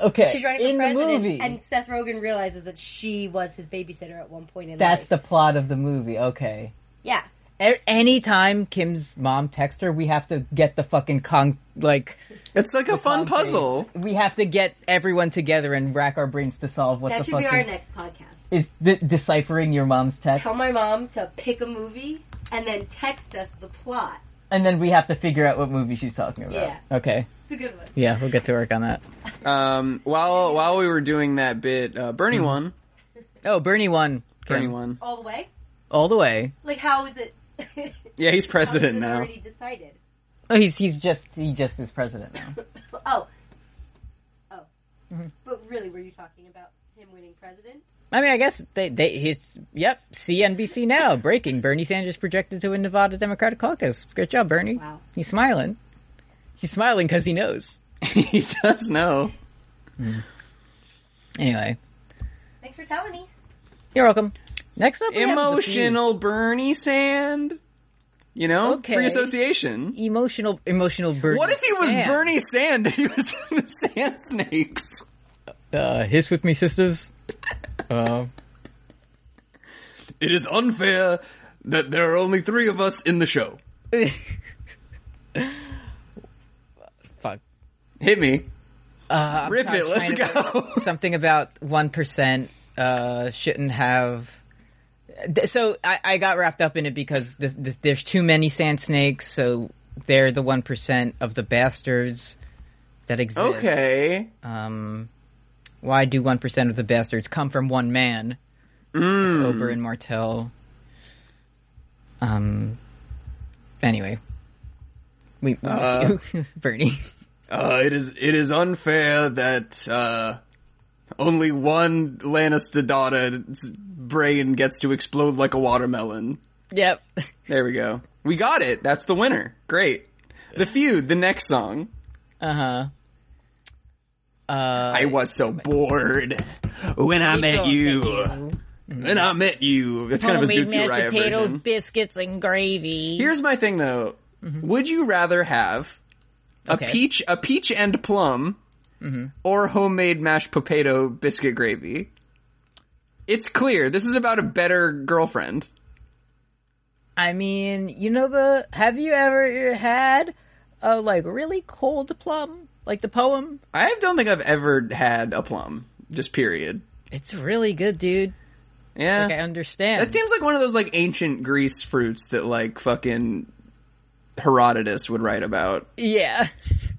S1: Okay.
S3: She's running for
S1: in
S3: president.
S1: the movie.
S3: And Seth Rogen realizes that she was his babysitter at one point in
S1: That's
S3: life.
S1: the plot of the movie. Okay.
S3: Yeah.
S1: A- Anytime Kim's mom texts her, we have to get the fucking con like
S2: It's like a fun
S1: concrete.
S2: puzzle.
S1: We have to get everyone together and rack our brains to solve what
S3: That
S1: the
S3: should
S1: fuck
S3: be our
S1: is,
S3: next podcast.
S1: is de- deciphering your mom's text,
S3: Tell my mom to pick a movie and then text us the plot.
S1: and then we have to figure out what movie she's talking about.
S3: Yeah.
S1: Okay.
S3: It's a good one.
S1: Yeah, we'll get to work on that.
S2: Um, while while we were doing that bit, uh,
S1: Mm-hmm.
S2: Bernie won.
S1: Oh, Bernie won. Kim.
S2: Bernie won.
S3: All the way?
S1: all the way.
S3: Like, how is it? how
S2: Yeah, he's
S3: is it
S2: president now.
S3: already decided?
S1: Oh, he's he's just he just is president now.
S3: Oh. Oh.
S1: Mm-hmm.
S3: But really, were you talking about him winning president?
S1: I mean, I guess they they he's yep. CNBC now breaking. Bernie Sanders projected to win Nevada Democratic caucus. Good job, Bernie.
S3: Wow.
S1: He's smiling. He's smiling because he knows.
S2: he does know.
S1: Anyway,
S3: Thanks for telling me.
S1: you're welcome. Next up, we have the
S2: Emotional Bernie Sand. You know,
S1: Okay.
S2: free association.
S1: feud. emotional, emotional Bernie.
S2: What if he was
S1: Sand.
S2: Bernie Sand? and He was in the Sand Snakes.
S1: Uh, hiss with me, sisters. uh,
S2: It is unfair that there are only three of us in the show.
S1: fuck.
S2: Hit me,
S1: Uh, I'm
S2: rip
S1: trying-
S2: it. Let's
S1: trying to-
S2: go.
S1: something about one percent uh, shouldn't have. th- So I, I got wrapped up in it because this, this, there's too many sand snakes, so they're the one percent of the bastards that exist.
S2: okay.
S1: Um, why do one percent of the bastards come from one man? It's
S2: Mm.
S1: Ober and Martell. Um. Anyway, we, we Bernie.
S2: Uh, it is it is unfair that uh, only one Lannister daughter's brain gets to explode like a watermelon.
S1: yep.
S2: There we go. We got it. That's the winner. Great. The feud. The next song.
S1: Uh-huh. Uh
S2: I was so bored when I met you. Mm-hmm. When I met you. It's kind of a
S1: Homemade
S2: Zootsuit
S1: mashed
S2: Riot
S1: potatoes,
S2: version.
S1: biscuits, and gravy.
S2: Here's my thing though. Would you rather have a
S1: Mm-hmm. Okay. Mm-hmm.
S2: peach, a peach and plum, or homemade mashed potato biscuit gravy? It's clear this is about a better girlfriend.
S1: I mean, you know the. Have you ever had a like really cold plum, like the poem?
S2: I don't think I've ever had a plum. Just period.
S1: It's really good, dude.
S2: Yeah.
S1: Like I understand.
S2: That seems like one of those like ancient Greece fruits that like fucking Herodotus would write about,
S1: yeah,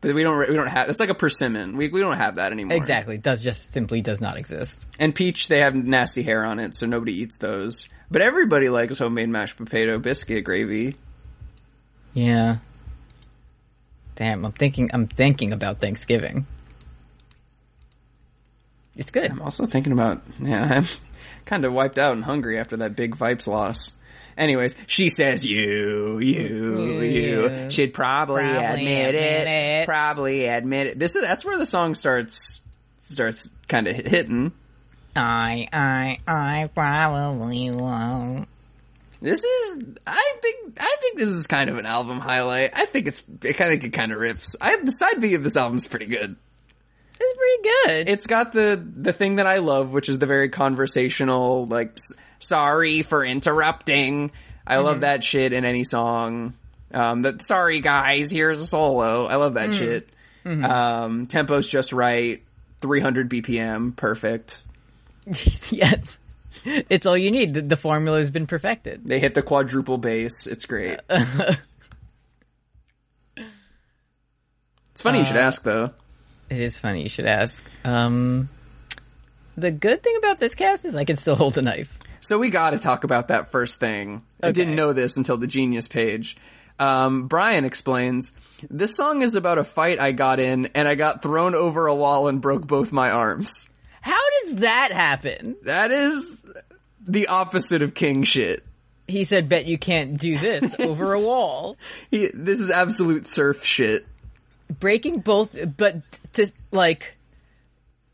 S2: but we don't we don't have. It's like a persimmon. We we don't have that anymore.
S1: exactly. Does just simply does not exist.
S2: And peach, they have nasty hair on it, so nobody eats those. But everybody likes homemade mashed potato biscuit gravy.
S1: Yeah. Damn, I'm thinking. I'm thinking about Thanksgiving. It's good.
S2: I'm also thinking about yeah, I'm kind of wiped out and hungry after that big Vipes loss. Anyways, she says you, you, you. She'd probably,
S1: Probably
S2: admit, it.
S1: admit it.
S2: Probably admit it. This is that's where the song starts starts kind of hitting.
S1: I, I, I probably won't.
S2: This is, I think, I think this is kind of an album highlight. I think it's, I think it kind of rips. I the side B of this album's pretty good.
S1: It's pretty good.
S2: It's got the the thing that I love, which is the very conversational, like s- "sorry for interrupting." I
S1: Mm-hmm.
S2: love that shit in any song. Um, that "sorry guys, here's a solo." I love
S1: Mm.
S2: that shit.
S1: Mm-hmm.
S2: Um, tempo's just right, 300 BPM, perfect.
S1: yeah. It's all you need. The, the formula has been perfected.
S2: They hit the quadruple bass. It's great. it's funny you should ask though.
S1: It is funny you should ask. Um, the good thing about this cast is I can still hold a knife.
S2: So we got to talk about that first thing. I didn't know this until the genius page. Um, Brian explains this song is about a fight I got in, and I got thrown over a wall and broke both my arms.
S1: How does that happen?
S2: That is the opposite of king shit.
S1: He said, "Bet you can't do this over a wall."
S2: He, this is absolute surf shit.
S1: breaking both but to like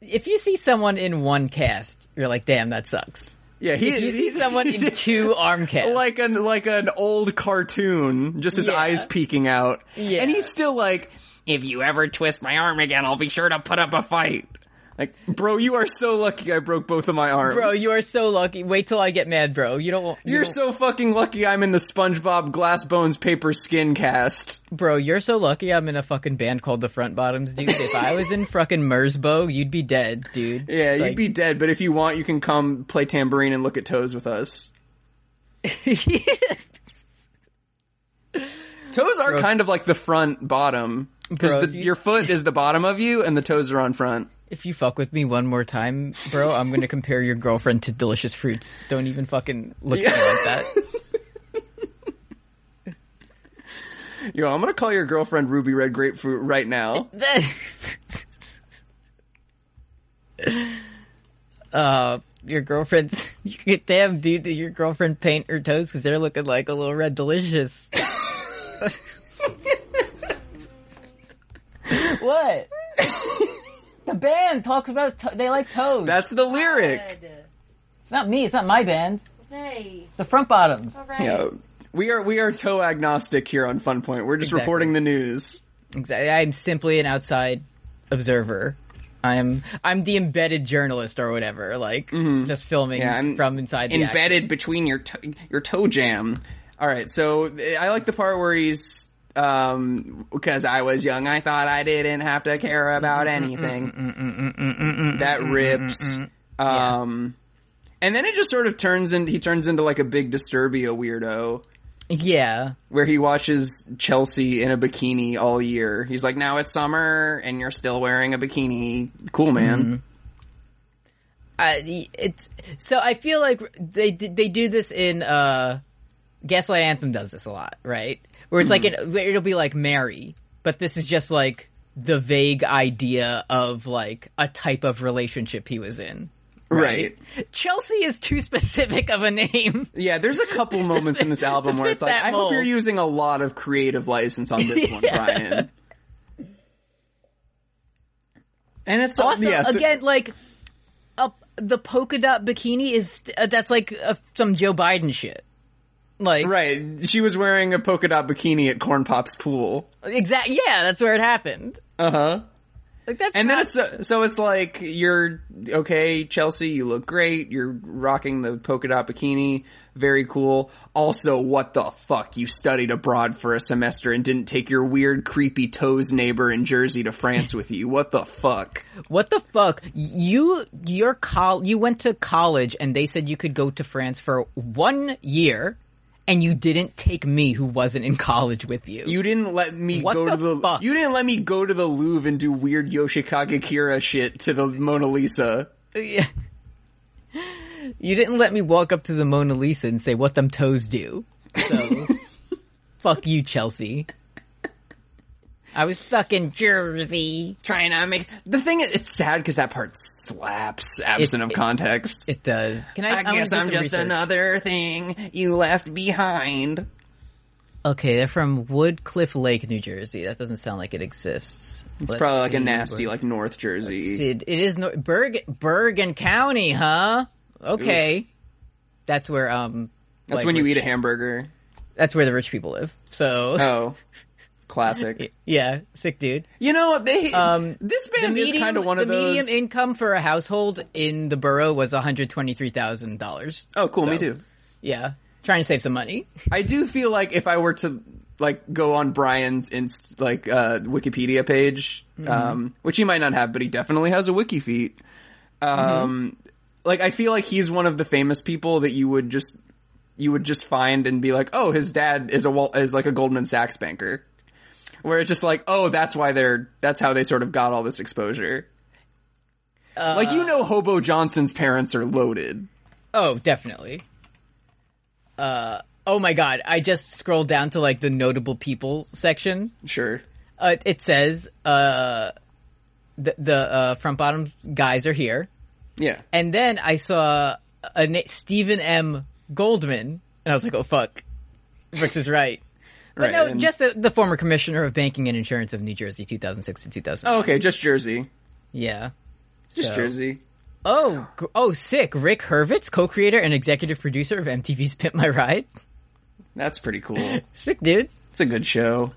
S1: if you see someone in one cast you're like damn that sucks
S2: Yeah, he,
S1: if you see
S2: he's
S1: someone in two arm casts
S2: like an like an old cartoon, just his
S1: Yeah.
S2: eyes peeking out,
S1: Yeah.
S2: and he's still like, "If you ever twist my arm again, I'll be sure to put up a fight." Like, bro, you are so lucky I broke both of my arms.
S1: bro you are so lucky wait till i get mad bro you don't want you
S2: You're
S1: don't-
S2: so fucking lucky I'm in the SpongeBob glass bones paper skin cast.
S1: bro you're so lucky i'm in a fucking band called the front bottoms dude if i was in fucking mersbo you'd be dead dude
S2: Yeah, you'd
S1: Like-
S2: be dead, but if you want, you can come play tambourine and look at toes with us. Toes are kind of like the front bottom.
S1: Bro,
S2: Because
S1: if you-
S2: your foot is the bottom of you and the toes are on front.
S1: if you fuck with me one more time bro i'm gonna compare your girlfriend to delicious fruits don't even fucking look at me like that
S2: Yo, I'm gonna call your girlfriend Ruby Red Grapefruit right now.
S1: That- uh, your girlfriend's. Damn, dude, did your girlfriend paint her toes? Because they're looking like a little red delicious. what? the band talks about. To- they like toes.
S2: That's the lyric.
S1: it's not me. It's not my band.
S3: Hey,
S1: It's the front bottoms.
S3: all right.
S2: Yo, Uh, we are we are toe agnostic here on Fun Point. We're just
S1: Exactly.
S2: reporting the news.
S1: Exactly. I'm simply an outside observer. I'm I'm the embedded journalist or whatever, like just filming
S2: Mm-hmm. Yeah, I'm
S1: from inside the action.
S2: embedded between your to- your toe jam. All right, so th- I like the part where he's um because I was young, I thought I didn't have to care about anything. That rips. Um, and then it just sort of turns in. He turns into like a big Disturbia weirdo.
S1: Yeah,
S2: Where he watches Chelsea in a bikini all year. He's like, now it's summer and you're still wearing a bikini. Cool, man.
S1: I, it's so I feel like they d- they do this in uh, Gaslight Anthem does this a lot, right? Where it's like
S2: Mm-hmm.
S1: it, where it'll be like Mary, but this is just like the vague idea of like a type of relationship he was in.
S2: Right.
S1: Chelsea is too specific of a name.
S2: Yeah, there's a couple moments in this album where
S1: fit
S2: it's like,
S1: that
S2: I hope
S1: mold.
S2: you're using a lot of creative license on this one, Brian. And it's
S1: Also,
S2: yeah, so-
S1: again, like uh, the polka dot bikini is uh, that's like uh, some Joe Biden shit. Like
S2: right. She was wearing a polka dot bikini at Corn Pop's pool.
S1: exact, yeah, that's where it happened.
S2: Uh
S1: Uh-huh.
S2: huh.
S1: Like that's
S2: And then
S1: not-
S2: it's uh, so it's like you're okay, Chelsea. You look great. You're rocking the polka dot bikini. Very cool. Also, what the fuck? You studied abroad for a semester and didn't take your weird, creepy toes neighbor in Jersey to France with you. What the fuck?
S1: what the fuck you your col you went to college and they said you could go to France for one year. And you didn't take me, who wasn't in college, with you.
S2: You didn't let me
S1: What
S2: go
S1: the
S2: to the
S1: fuck?
S2: You didn't let me go to the Louvre and do weird Yoshikage Kira shit to the Mona Lisa.
S1: Yeah. You didn't let me walk up to the Mona Lisa and say what them toes do. So fuck you, Chelsea. I was stuck in Jersey.
S2: Trying to make the thing is it's sad cuz that part slaps absent
S1: It-
S2: of
S1: it-
S2: context.
S1: It does. Can I?
S2: I
S1: wanna
S2: guess
S1: do
S2: I'm
S1: some
S2: just uh,
S1: research.
S2: another thing you left behind.
S1: Okay, they're from Woodcliff Lake, New Jersey. That doesn't sound like it exists. It's
S2: Probably like a nasty like North Jersey.
S1: It is no- Berg Bergen County, huh? Okay, that's where um
S2: That's
S1: like,
S2: when you
S1: rich-
S2: eat a hamburger.
S1: That's where the rich people live. So
S2: Oh, classic.
S1: yeah, sick dude.
S2: You know, they
S1: Um,
S2: this band is kind of one
S1: the
S2: of those.
S1: medium income for a household in the borough was one hundred twenty three thousand dollars.
S2: oh, cool. Me
S1: so-
S2: too.
S1: Yeah, trying to save some money.
S2: I do feel like if I were to like go on Brian's inst- like uh, Wikipedia page,
S1: Mm-hmm.
S2: um, which he might not have, but he definitely has a wiki feed. Um,
S1: Mm-hmm.
S2: Like I feel like he's one of the famous people that you would just you would just find and be like, oh, his dad is a Wal- is like a Goldman Sachs banker, where it's just like, oh, that's why they're that's how they sort of got all this exposure.
S1: Uh,
S2: like you know, Hobo Johnson's parents are loaded.
S1: Oh, definitely. Uh, oh my god, I just scrolled down to like the notable people section.
S2: Sure.
S1: Uh, it says uh, the the uh, front bottom guys are here,
S2: Yeah.
S1: and then I saw a na- Stephen M. Goldman, and I was like, oh fuck, Brooks is right. But
S2: Right,
S1: no,
S2: and-
S1: just the the former commissioner of banking and insurance of New Jersey, 2006 to 2000.
S2: Oh, okay, just Jersey,
S1: yeah.
S2: just
S1: So-
S2: Jersey.
S1: Oh, gr- oh, sick. Rick Hurwitz, co-creator and executive producer of MTV's Pimp My Ride.
S2: That's pretty cool.
S1: Sick, dude.
S2: It's a good show.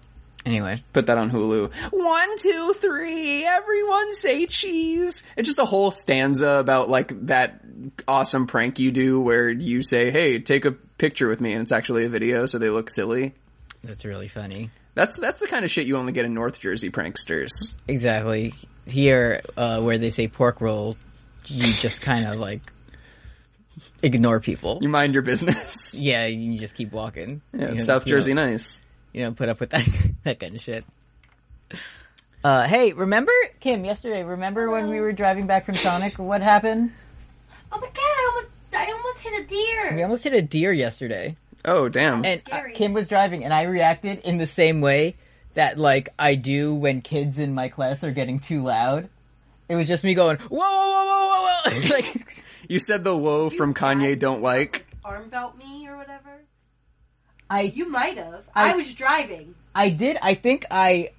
S1: Anyway,
S2: Put that on Hulu. One, two, three. Everyone say cheese. It's just a whole stanza about like that awesome prank you do where you say, "Hey, take a picture with me," and it's actually a video, so they look silly.
S1: that's really funny.
S2: That's that's the kind of shit you only get in North Jersey pranksters.
S1: Exactly. Here, uh, where they say pork roll, you just kind of like ignore people.
S2: You mind your business.
S1: Yeah, you just keep walking.
S2: Yeah,
S1: You know,
S2: it's South
S1: you know,
S2: Jersey, nice.
S1: you know, put up with that that kind of shit. Uh, hey, remember Kim yesterday? Remember when we were driving back from Sonic? What happened?
S3: Oh my god! I almost, I almost hit a deer.
S1: We almost hit a deer yesterday,
S2: Oh damn!
S1: and uh,
S3: Scary.
S1: Kim was driving, and I reacted in the same way that like I do when kids in my class are getting too loud. It was just me going whoa, whoa, whoa, whoa, whoa, whoa, like.
S2: you said the whoa from Kanye.
S3: guys-
S2: Don't like.
S3: Arm belt me or whatever.
S1: I
S3: You might have. I,
S1: I-
S3: was driving.
S1: I did. I think I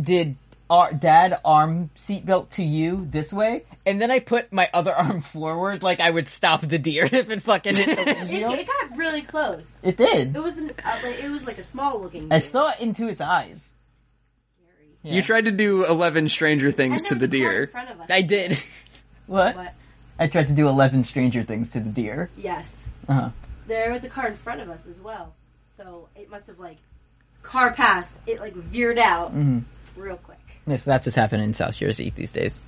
S1: did. Ar- dad arm seatbelt to you this way, and then I put my other arm forward like I would stop the deer if it fucking hit the
S3: It,
S1: windshield.
S3: it got really close.
S1: It did.
S3: It was an, uh, like, it was like a small looking.
S1: I saw it into its eyes. Yeah.
S2: You tried to do eleven Stranger Things to the
S3: In
S2: deer.
S3: front of us.
S1: I did. what?
S3: What?
S1: I tried to do eleven Stranger Things to the deer.
S3: Yes.
S1: Uh-huh.
S3: There was a car in front of us as well. So it must have like car passed. It like veered out
S1: Mm-hmm.
S3: real quick.
S1: Yeah, so that's what's happening in South Jersey these days.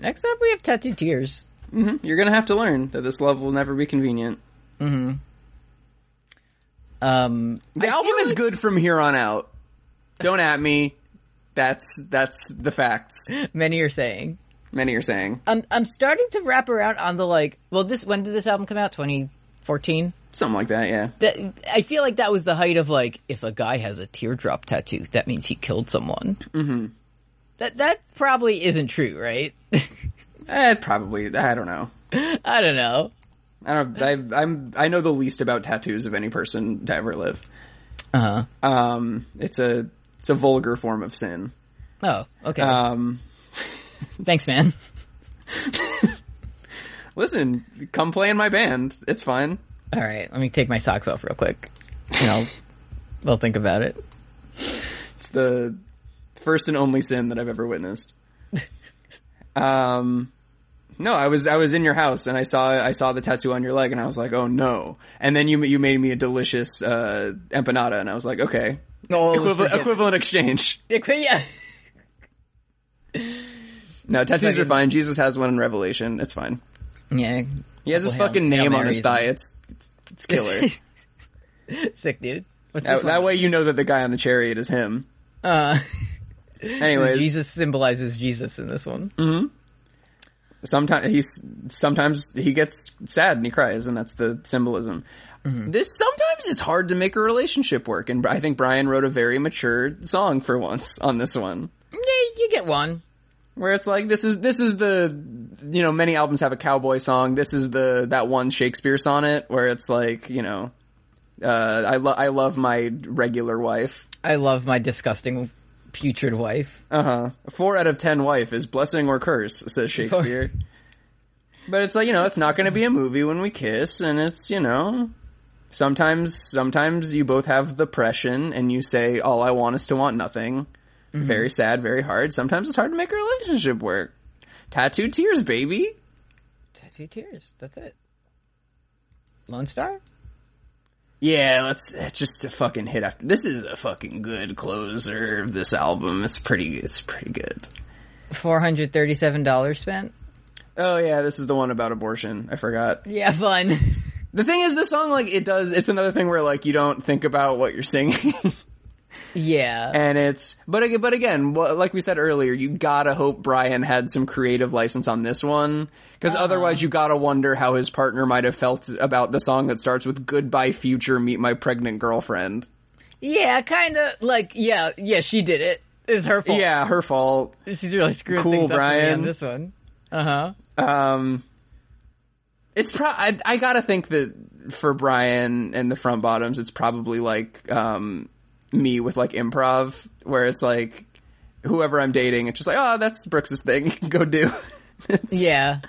S1: Next up, we have Tattoo Tears.
S2: You're gonna have to learn that this love will never be convenient.
S1: Um,
S2: The album is good from here on out. Don't at me. That's that's the facts.
S1: many are saying
S2: Many are saying.
S1: I'm I'm starting to wrap around on the like. Well, this when did this album come out? 2014.
S2: Something like that, yeah.
S1: That I feel like that was the height of like if a guy has a teardrop tattoo, that means he killed someone. Mm-hmm. That that probably isn't true, right?
S2: Eh, probably I don't know.
S1: I don't know.
S2: I don't I I'm I know the least about tattoos of any person to ever live.
S1: Uh huh.
S2: Um it's a it's a vulgar form of sin.
S1: Oh, okay.
S2: Um
S1: Thanks, man.
S2: listen, come play in my band. It's fine.
S1: All right, let me take my socks off real quick. You know, I'll think about it.
S2: It's the first and only sin that I've ever witnessed. um, no, I was I was in your house and I saw I saw the tattoo on your leg and I was like, oh no! And then you you made me a delicious uh, empanada and I was like, okay,
S1: No,
S2: equivalent, equivalent exchange.
S1: yeah.
S2: No, tattoos are
S1: Fucking-
S2: fine. Jesus has one in Revelation. It's fine.
S1: Yeah,
S2: He has his
S1: Well, Hail-
S2: fucking
S1: Hail
S2: name on
S1: Mary
S2: his
S1: is-
S2: thigh. It's it's killer.
S1: sick dude. What's
S2: that,
S1: this
S2: that
S1: one?
S2: way you know that the guy on the chariot is him.
S1: Uh,
S2: Anyways,
S1: Jesus symbolizes Jesus in this one.
S2: sometimes he's sometimes he gets sad and he cries and that's the symbolism this sometimes it's hard to make a relationship work and i think brian wrote a very mature song for once on this one
S1: Yeah, you get one.
S2: where it's like this is this is the you know many albums have a cowboy song this is the that one shakespeare sonnet where it's like you know uh, I, lo- I love my regular wife
S1: I love my disgusting putrid wife.
S2: uh-huh four out of ten wife is blessing or curse says shakespeare But it's like, you know, it's not going to be a movie when we kiss, and it's, you know, sometimes, sometimes you both have depression and you say, all I want is to want nothing. Very sad, very hard. Sometimes it's hard to make a relationship work. Tattoo tears, baby.
S1: Tattoo tears. That's it. Lone Star.
S2: Yeah, let's it's just a fucking hit after. This is a fucking good closer of this album. It's pretty, it's pretty good.
S1: Four hundred thirty-seven dollars spent.
S2: Oh yeah, this is the one about abortion. I forgot.
S1: Yeah, fun.
S2: The thing is, this song, like, it does, it's another thing where, like, you don't think about what you're singing.
S1: yeah.
S2: and it's but aga- but again, wha- like we said earlier, you gotta hope Brian had some creative license on this one because otherwise, you gotta wonder how his partner might have felt about the song that starts with "Goodbye Future, Meet My Pregnant Girlfriend."
S1: yeah, kind of like yeah, yeah. She did it. It's her fault.
S2: Yeah, her fault.
S1: she's really screwing
S2: Cool,
S1: things up for me
S2: Brian.
S1: on this one. Uh huh.
S2: Um, it's pro. I, I gotta think that for Brian and the front bottoms, it's probably like um me with like improv, where it's like whoever I'm dating, it's just like, oh, that's Brooks's thing. You can go do.
S1: Yeah.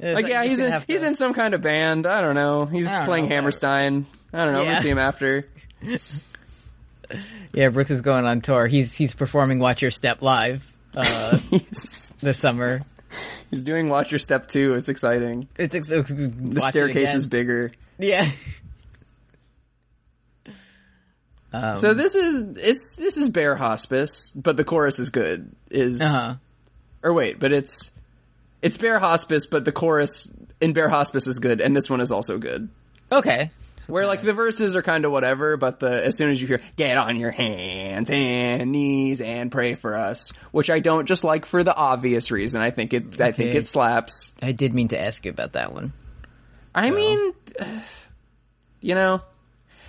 S2: like, yeah, he's in he's in some kind of band. I don't know. He's
S1: I don't
S2: playing
S1: know, whatever.
S2: Hammerstein. I don't know. I'm
S1: Yeah.
S2: gonna see him after.
S1: Yeah, Brooks is going on tour. He's he's performing Watch Your Step live uh, this summer.
S2: He's doing Watch Your Step Two. It's exciting.
S1: It's, it's, it's
S2: The staircase is bigger.
S1: yeah.
S2: So this is it's this is Bear Hospice, but the chorus is good. Is
S1: Uh huh.
S2: or wait, but it's it's Bear Hospice, but the chorus in Bear Hospice is good, and this one is also good.
S1: Okay.
S2: Where like the verses are kind of whatever, but the as soon as you hear "Get on your hands and knees and pray for us," which I don't just like for the obvious reason. I think it I think
S1: Okay.
S2: it slaps.
S1: I did mean to ask you about that one.
S2: I mean, you know,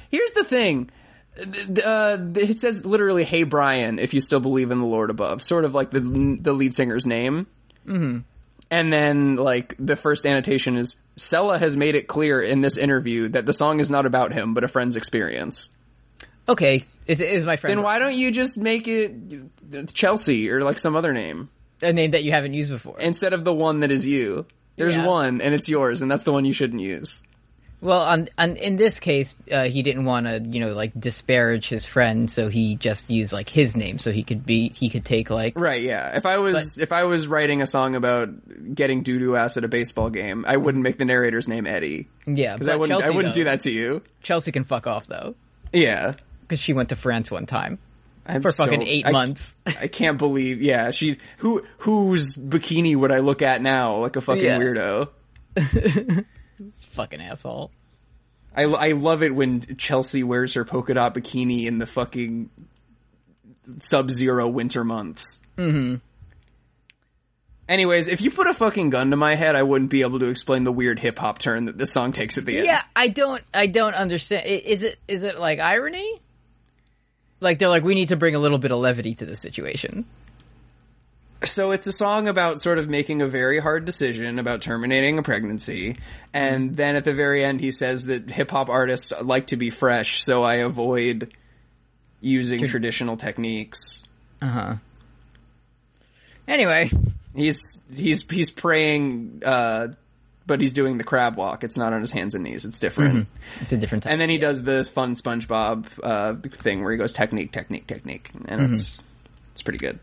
S2: here's the thing. Th- th- Uh, th- it says literally, "Hey Brian, if you still believe in the Lord above," sort of like the the lead singer's name. And then, like the first annotation is, Sella has made it clear in this interview that the song is not about him, but a friend's experience.
S1: Okay, is is my friend
S2: Then why don't you just make it Chelsea or like some other name
S1: a name that you haven't used before?
S2: instead of the one that is you? There's
S1: Yeah.
S2: one, and it's yours, and that's the one you shouldn't use.
S1: Well, on, on in this case, uh, he didn't want to, you know, like disparage his friend, so he just used like his name, so he could be he could take like
S2: Right, yeah. If I was if I was writing a song about getting doo doo ass at a baseball game, I wouldn't make the narrator's name Eddie
S1: yeah.
S2: because I
S1: but
S2: wouldn't I
S1: Chelsea,
S2: wouldn't
S1: though-
S2: do that to you.
S1: Chelsea can fuck off though,
S2: Yeah,
S1: because she went to France one time
S2: I'm
S1: for
S2: so-
S1: fucking eight
S2: I-
S1: months.
S2: I can't believe. Yeah, she who whose bikini would I look at now like a fucking
S1: Yeah.
S2: weirdo?
S1: fucking asshole.
S2: I, I love it when Chelsea wears her polka dot bikini in the fucking sub zero winter months. Mm-hmm. Anyways, if you put a fucking gun to my head, I wouldn't be able to explain the weird hip hop turn that this song takes at the end.
S1: Yeah, I don't I don't understand. I- Is it is it like irony? Like they're like we need to bring a little bit of levity to the situation.
S2: So it's a song about sort of making a very hard decision about terminating a pregnancy. And then at the very end, he says that hip hop artists like to be fresh, so I avoid using traditional techniques.
S1: Anyway,
S2: He's, he's, he's praying, uh, but he's doing the crab walk. It's not on his hands and knees. It's different.
S1: it's a different time.
S2: And then he does the fun SpongeBob, uh, thing where he goes technique, technique, technique. And it's, it's pretty good.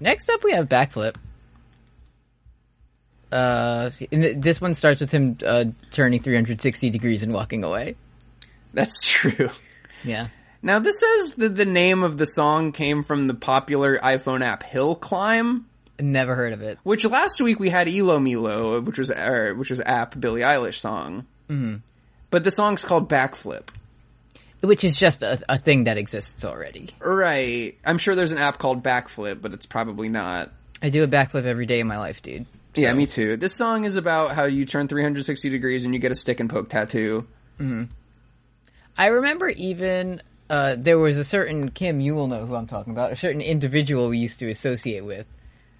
S1: Next up, we have backflip. Uh, and th- this one starts with him uh, turning 360 degrees and walking away.
S2: That's true.
S1: Yeah.
S2: Now this says that the name of the song came from the popular iPhone app Hill Climb,
S1: Never heard of it.
S2: which last week we had Elo Milo, which was or, which was app Billie Eilish song. Mm-hmm. But the song's called Backflip.
S1: Which is just a, a thing that exists already.
S2: Right. I'm sure there's an app called Backflip, but it's probably not.
S1: I do a backflip every day in my life, dude.
S2: Yeah, me too. This song is about how you turn 360 degrees and you get a stick and poke tattoo.
S1: I remember even uh, there was a certain Kim, you will know who I'm talking about, a certain individual we used to associate with,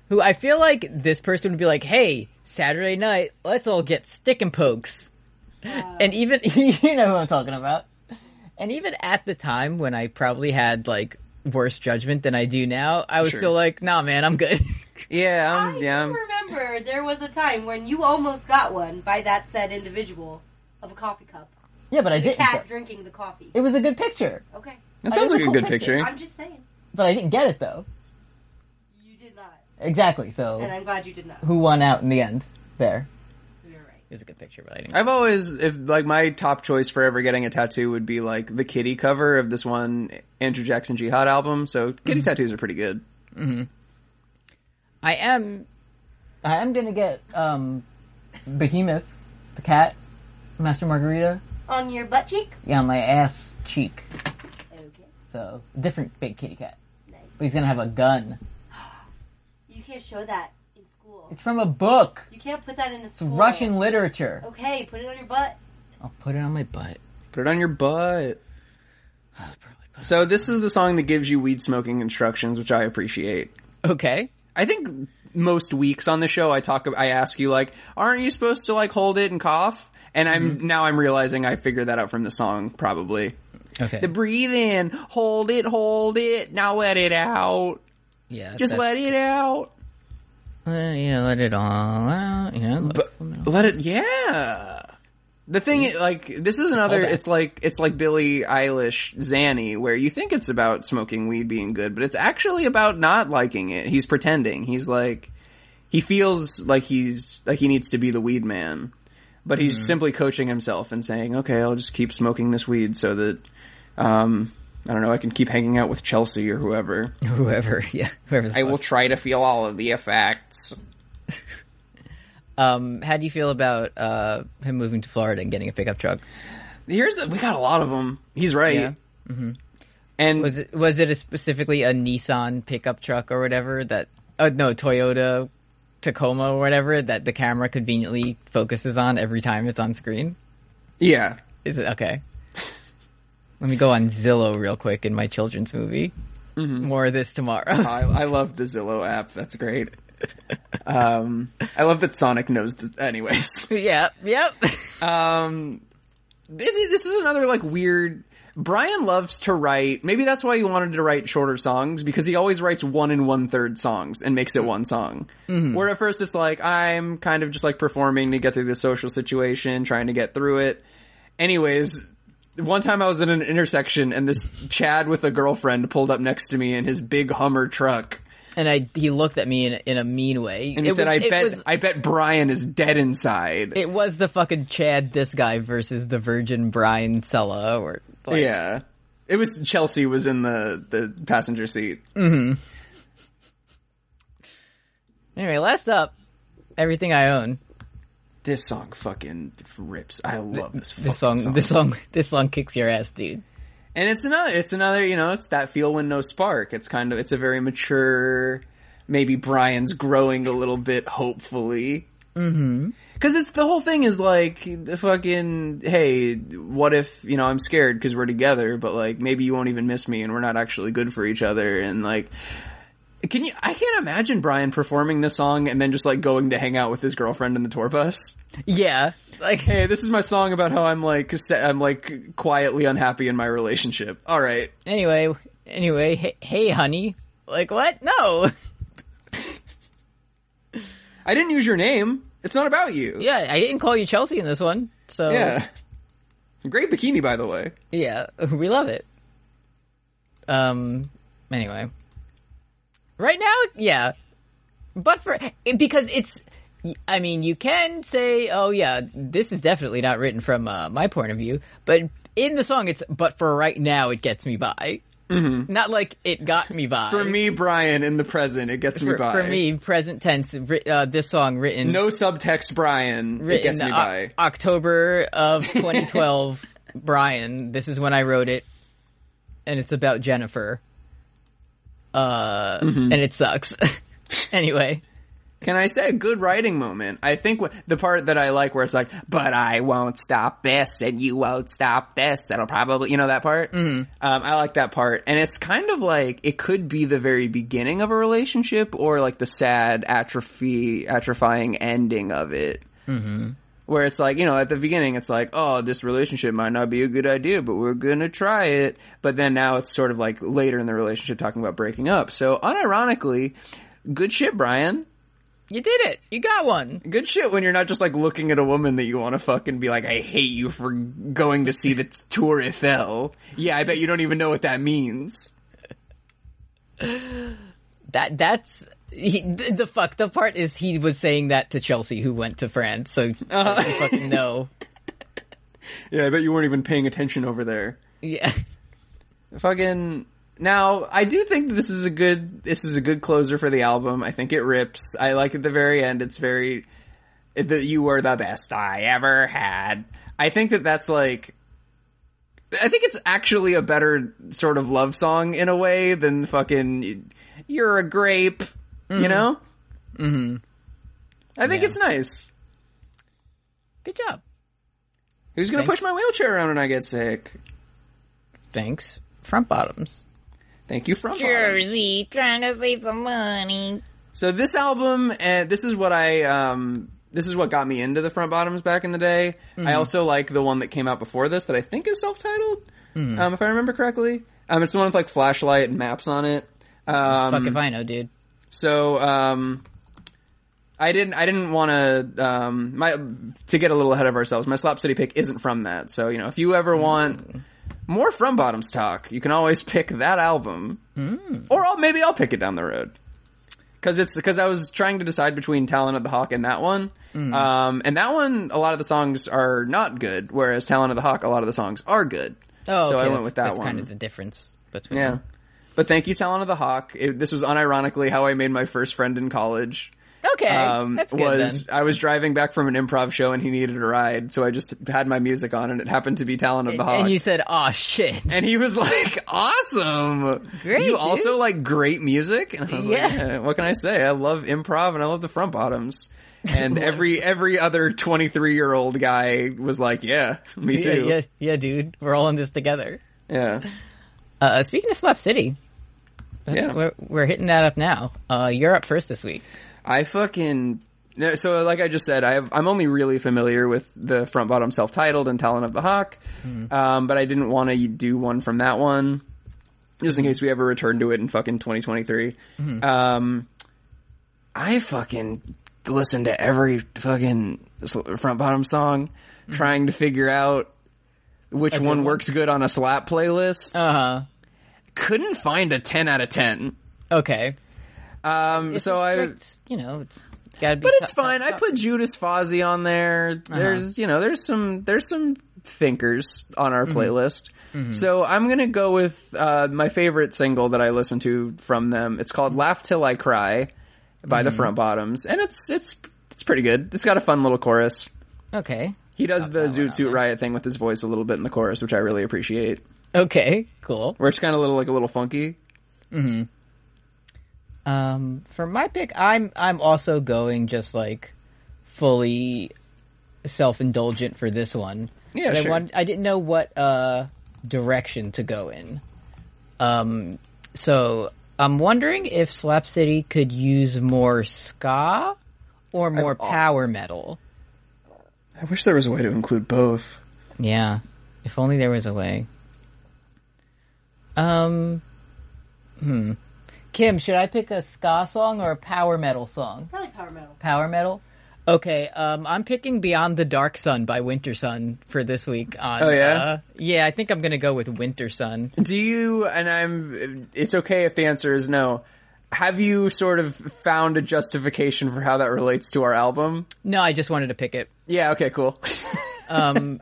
S1: who I feel like this person would be like, "Hey, Saturday night, let's all get stick and pokes," and even you know who I'm talking about. And even at the time when I probably had like worse judgment than I do now, I was
S2: Sure.
S1: still like, "Nah, man, I'm good."
S2: Yeah,
S3: I
S2: I'm, yeah.
S3: do
S2: I'm-
S3: remember remember there was a time when you almost got one by that said individual of a coffee cup.
S1: Yeah, but I
S3: The
S1: didn't.
S3: cat
S1: though.
S3: drinking the coffee.
S1: It was a good picture,
S3: Okay.
S2: That sounds like a
S1: cool
S2: good
S1: picture.
S2: picture.
S3: I'm just saying.
S1: but I didn't get it though.
S3: You did not.
S1: Exactly. So
S3: And I'm glad you did not.
S1: who won out in the end? There.
S3: You're right.
S1: It was a good picture, but I didn't.
S2: I've always, if like my top choice for ever getting a tattoo would be like the kitty cover of this one Andrew Jackson Jihad album. So kitty tattoos are pretty good.
S1: I am. I am gonna get um, Behemoth, the cat, Master Margarita,
S3: On your butt cheek?
S1: yeah, on my ass cheek.
S3: Okay.
S1: So different big kitty cat.
S3: Nice.
S1: But he's gonna have a gun.
S3: You can't show that in school.
S1: It's from a book.
S3: You can't put that in a
S1: It's
S3: school.
S2: Oh.
S1: Russian literature.
S3: Okay, put it on your butt.
S1: I'll put it on my butt.
S2: Put it on your butt. So this is the song that gives you weed smoking instructions, which I appreciate.
S1: Okay.
S2: I think most weeks on the show, I talk, I ask you like, aren't you supposed to like hold it and cough? And I'm now I'm realizing I figured that out from the song probably.
S1: Okay.
S2: The breathe in, hold it, hold it, now let it out.
S1: yeah.
S2: Just let it out.
S1: yeah, let it all out. Yeah.
S2: Let it, yeah. The thing is, like, this is another,
S1: callback.
S2: it's like, it's like Billie Eilish Zanny, where you think it's about smoking weed being good, but it's actually about not liking it. He's pretending. He's like, he feels like he's, like he needs to be the weed man, but he's simply coaching himself and saying, okay, I'll just keep smoking this weed so that, um, I don't know, I can keep hanging out with Chelsea or whoever.
S1: whoever. Yeah. Whoever. The
S2: I
S1: fuck.
S2: will try to feel all of the effects.
S1: Um, how do you feel about uh, him moving to Florida and getting a pickup truck?
S2: Here's the, we got a lot of them. He's right. Mm-hmm.
S1: Yeah.
S2: And
S1: Was it was it a specifically a Nissan pickup truck or whatever that? Uh, no, Toyota Tacoma or whatever that the camera conveniently focuses on every time it's on screen.
S2: Yeah.
S1: Is it okay? Let me go on Zillow real quick in my children's movie.
S2: Mm-hmm.
S1: More of this tomorrow.
S2: I, I love the Zillow app. That's great. Um, I love that Sonic knows the, anyways.
S1: yep, yep.
S2: Um, th- th- this is another like weird, Brian loves to write, maybe that's why he wanted to write shorter songs because he always writes one and one third songs and makes it one song.
S1: Mm-hmm.
S2: Where at first it's like, I'm kind of just like performing to get through the social situation, trying to get through it. Anyways, one time I was in an intersection and this Chad with a girlfriend pulled up next to me in his big Hummer truck.
S1: and I he looked at me in, in a mean way.
S2: And he
S1: It was-
S2: said, "I
S1: it
S2: bet,
S1: was-
S2: I bet Brian is dead inside."
S1: it was the fucking Chad this guy versus the Virgin Brian Sella or like,
S2: yeah, it was Chelsea was in the the passenger seat.
S1: Anyway, last up, everything I own.
S2: This song fucking rips. I love this. fucking
S1: This song, this song, this song kicks your ass, dude.
S2: and it's another. It's another. You know, it's that feel when no spark. It's kind of. It's a very mature. Maybe Brian's growing a little bit. Hopefully.
S1: Mm-hmm.
S2: Because it's the whole thing is like the fucking hey, what if you know I'm scared because we're together, but like maybe you won't even miss me and we're not actually good for each other and like. Can you? I can't imagine Brian performing this song and then just like going to hang out with his girlfriend in the tour bus.
S1: Yeah, like
S2: Hey, this is my song about how I'm like se- I'm like quietly unhappy in my relationship. All right,
S1: anyway, anyway. Hey, hey honey, like what? No,
S2: I didn't use your name. It's not about you.
S1: yeah, I didn't call you Chelsea in this one, so
S2: Yeah. Great bikini, by the way.
S1: yeah, we love it. Um, anyway, right now, yeah, but for it- because it's. I mean, you can say, "Oh yeah, this is definitely not written from uh, my point of view," but in the song, it's "But for right now, it gets me by." Mm-hmm. Not like it got me by.
S2: For me, Brian, in the present, it gets me
S1: for,
S2: by.
S1: for me, present tense. writ- Uh, this song written
S2: no subtext, Brian. it
S1: written
S2: gets me
S1: O-
S2: by.
S1: October of 2012. Brian, this is when I wrote it, and it's about Jennifer. Uh,
S2: Mm-hmm.
S1: and it sucks. anyway,
S2: Can I say a good writing moment? I think wh- the part that I like where it's like, but I won't stop this and you won't stop this. That'll probably, you know, that part. Um, I like that part. And it's kind of like, it could be the very beginning of a relationship or like the sad atrophy, atrophying ending of it. Mm-hmm. Where it's like, you know, at the beginning, it's like, oh, this relationship might not be a good idea, but we're gonna try it. But then now it's sort of like later in the relationship talking about breaking up. So unironically, good shit, Brian
S1: You did it. You got one.
S2: Good shit when you're not just like looking at a woman that you want to fuck and be like, I hate you for going to see the Tour Eiffel. Yeah, I bet you don't even know what that means.
S1: That that's he, th- the fucked up part is he was saying that to Chelsea, who went to France. So
S2: Uh-huh.
S1: Chelsea fucking no.
S2: Yeah, I bet you weren't even paying attention over there.
S1: Yeah.
S2: Fucking now, I do think that this is a good this is a good closer for the album. I think it rips. I like at the very end. It's very that you were the best I ever had. I think that that's like I think it's actually a better sort of love song in a way than fucking you're a grape, you know? Mhm. I think it's nice.
S1: Good job.
S2: Who's going to
S1: Thanks.
S2: push my wheelchair around when I get sick?
S1: Thanks. Front bottoms.
S2: Thank you from
S1: Jersey trying to save some money.
S2: So this album, and this is what I, um, this is what got me into the front bottoms back in the day. I also like the one that came out before this that I think is self-titled, um, if I remember correctly. Um, it's the one with like flashlight and maps on it. Um,
S1: Fuck if I know, dude.
S2: so, um, I didn't, I didn't want to, um, my, to get a little ahead of ourselves. My Slop City pick isn't from that. So, you know, if you ever want more from bottoms talk, you can always pick that album. Or I'll, maybe I'll pick it down the road. Cause it's, cause I was trying to decide between Talon of the Hawk and that one. Um, and that one, a lot of the songs are not good, whereas Talon of the Hawk, a lot of the songs are good.
S1: Oh, okay,
S2: so I went
S1: that's-
S2: with that
S1: that's
S2: one.
S1: kind of the difference between.
S2: Yeah. But thank you, Talon of the Hawk. It, this was unironically how I made my first friend in college.
S1: Okay,
S2: Um,
S1: that's good
S2: was
S1: then.
S2: I was driving back from an improv show and he needed a ride, so I just had my music on and it happened to be Talon of the Hawk.
S1: And you said, "Oh shit."
S2: And he was like, "Awesome!
S1: Great,
S2: you
S1: dude."
S2: also like great music." And I was like,
S1: Yeah.
S2: "Yeah, "What can I say? I love improv and I love the front bottoms." And every every other twenty three year old guy was like, "Yeah, me
S1: Yeah,
S2: too."
S1: yeah, yeah, dude. We're all in this together.
S2: yeah.
S1: Uh, speaking of Slap City, that's-
S2: Yeah.
S1: we're, we're hitting that up now. Uh, you're up first this week.
S2: I fucking no, so like I just said, I have, I'm only really familiar with the front bottom self titled and Talon of the Hawk, um, but I didn't want to do one from that one just in case we ever return to it in fucking 2023. Um, I fucking listened to every fucking sl- front bottom song, trying to figure out which one, Uh-huh.
S1: one.
S2: works Mm-hmm. good on a slap playlist.
S1: Uh
S2: Couldn't find a 10 out of 10.
S1: huh. Okay.
S2: Um, so I
S1: It's, you know, it's gotta be.
S2: But it's
S1: top- top-
S2: fine. I
S1: top.
S2: put Judas Fozzy on there. There's, you know, there's some, there's some thinkers on our playlist. So I'm gonna go with, uh, my favorite single that I listen to from them. It's called Laugh Till I Cry by the Front Bottoms. And it's, it's, it's pretty good. It's got a fun little chorus.
S1: Okay.
S2: He does the Zoot Suit Riot thing with his voice a little bit in the chorus, which I really appreciate.
S1: Okay. Cool.
S2: Where it's kind of little, like a little funky.
S1: Um, for my pick, I'm I'm also going just like fully self indulgent for this one.
S2: Yeah,
S1: But I
S2: sure.
S1: I didn't know what uh direction to go in. Um, so I'm wondering if Slap City could use more ska or more power metal.
S2: I wish there was a way to include both.
S1: Yeah. If only there was a way. Um. Hmm. Kim, should I pick a ska song or a power metal song?
S3: Probably power metal.
S1: Power metal. Okay. Um, I'm picking "Beyond the Dark Sun" by Winter Sun for this week. On,
S2: Oh, yeah?
S1: uh, yeah. I think I'm gonna go with Winter Sun.
S2: Do you, and I'm, it's okay if the answer is no. Have you sort of found a justification for how that relates to our album?
S1: No, I just wanted to pick it.
S2: Yeah, okay, cool.
S1: Um,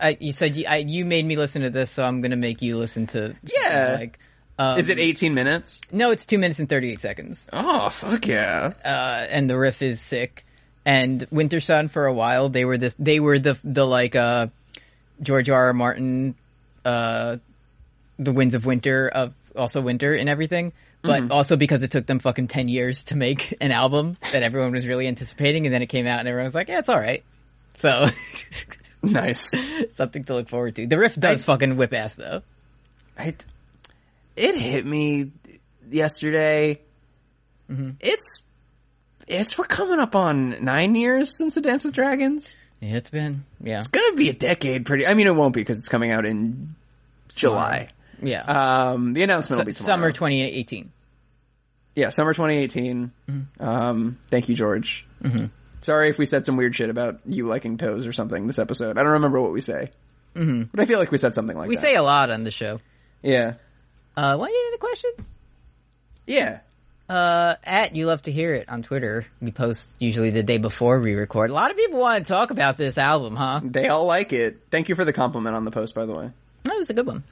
S1: I, you said you, I, you made me listen to this, so I'm gonna make you listen to.
S2: Yeah.
S1: Like, um,
S2: Is it 18 minutes?
S1: No, it's two minutes and thirty eight seconds.
S2: Oh, fuck yeah.
S1: uh, and the riff is sick. And Winter Sun for a while they were this they were the the like uh George R. R. Martin uh the Winds of Winter of also Winter and everything. But also because it took them fucking ten years to make an album that everyone was really anticipating and then it came out and everyone was like, Yeah, it's alright. So
S2: Nice.
S1: something to look forward to. The riff does fucking whip ass though.
S2: I, it hit me yesterday. It's, it's, we're coming up on nine years since The Dance with Dragons.
S1: Yeah, it's been yeah.
S2: Gonna be a decade pretty, I mean, it won't be because it's coming out in July.
S1: Yeah. Uh,
S2: Um, the announcement will be tomorrow.
S1: Summer twenty eighteen.
S2: yeah, summer 2018.
S1: Mm-hmm.
S2: Um, thank you, George. Sorry if we said some weird shit about you liking toes or something this episode. I don't remember what we say, mm-hmm. but I feel like we said something like
S1: We
S2: that.
S1: say a lot on the show.
S2: yeah,
S1: Uh, want you any questions?
S2: yeah.
S1: Uh, at you love to hear it on Twitter. We post usually the day before we record. A lot of people want to talk about this album, huh?
S2: They all like it. Thank you for the compliment on the post, by the way.
S1: That was a good one.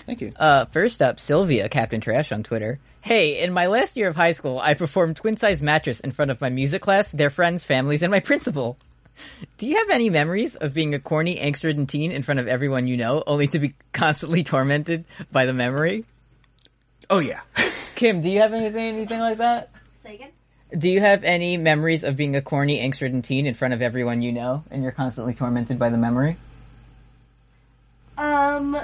S2: Thank you.
S1: Uh, first up, Sylvia, Captain Trash on Twitter. Hey, in my last year of high school, I performed Twin Size Mattress in front of my music class, their friends, families, and my principal. Do you have any memories of being a corny, angstridden teen in front of everyone you know, only to be constantly tormented by the memory?
S2: oh yeah.
S1: Kim, do you have anything, anything like that?
S3: Say again?
S1: Do you have any memories of being a corny, angstridden teen in front of everyone you know, and you're constantly tormented by the memory?
S3: Um,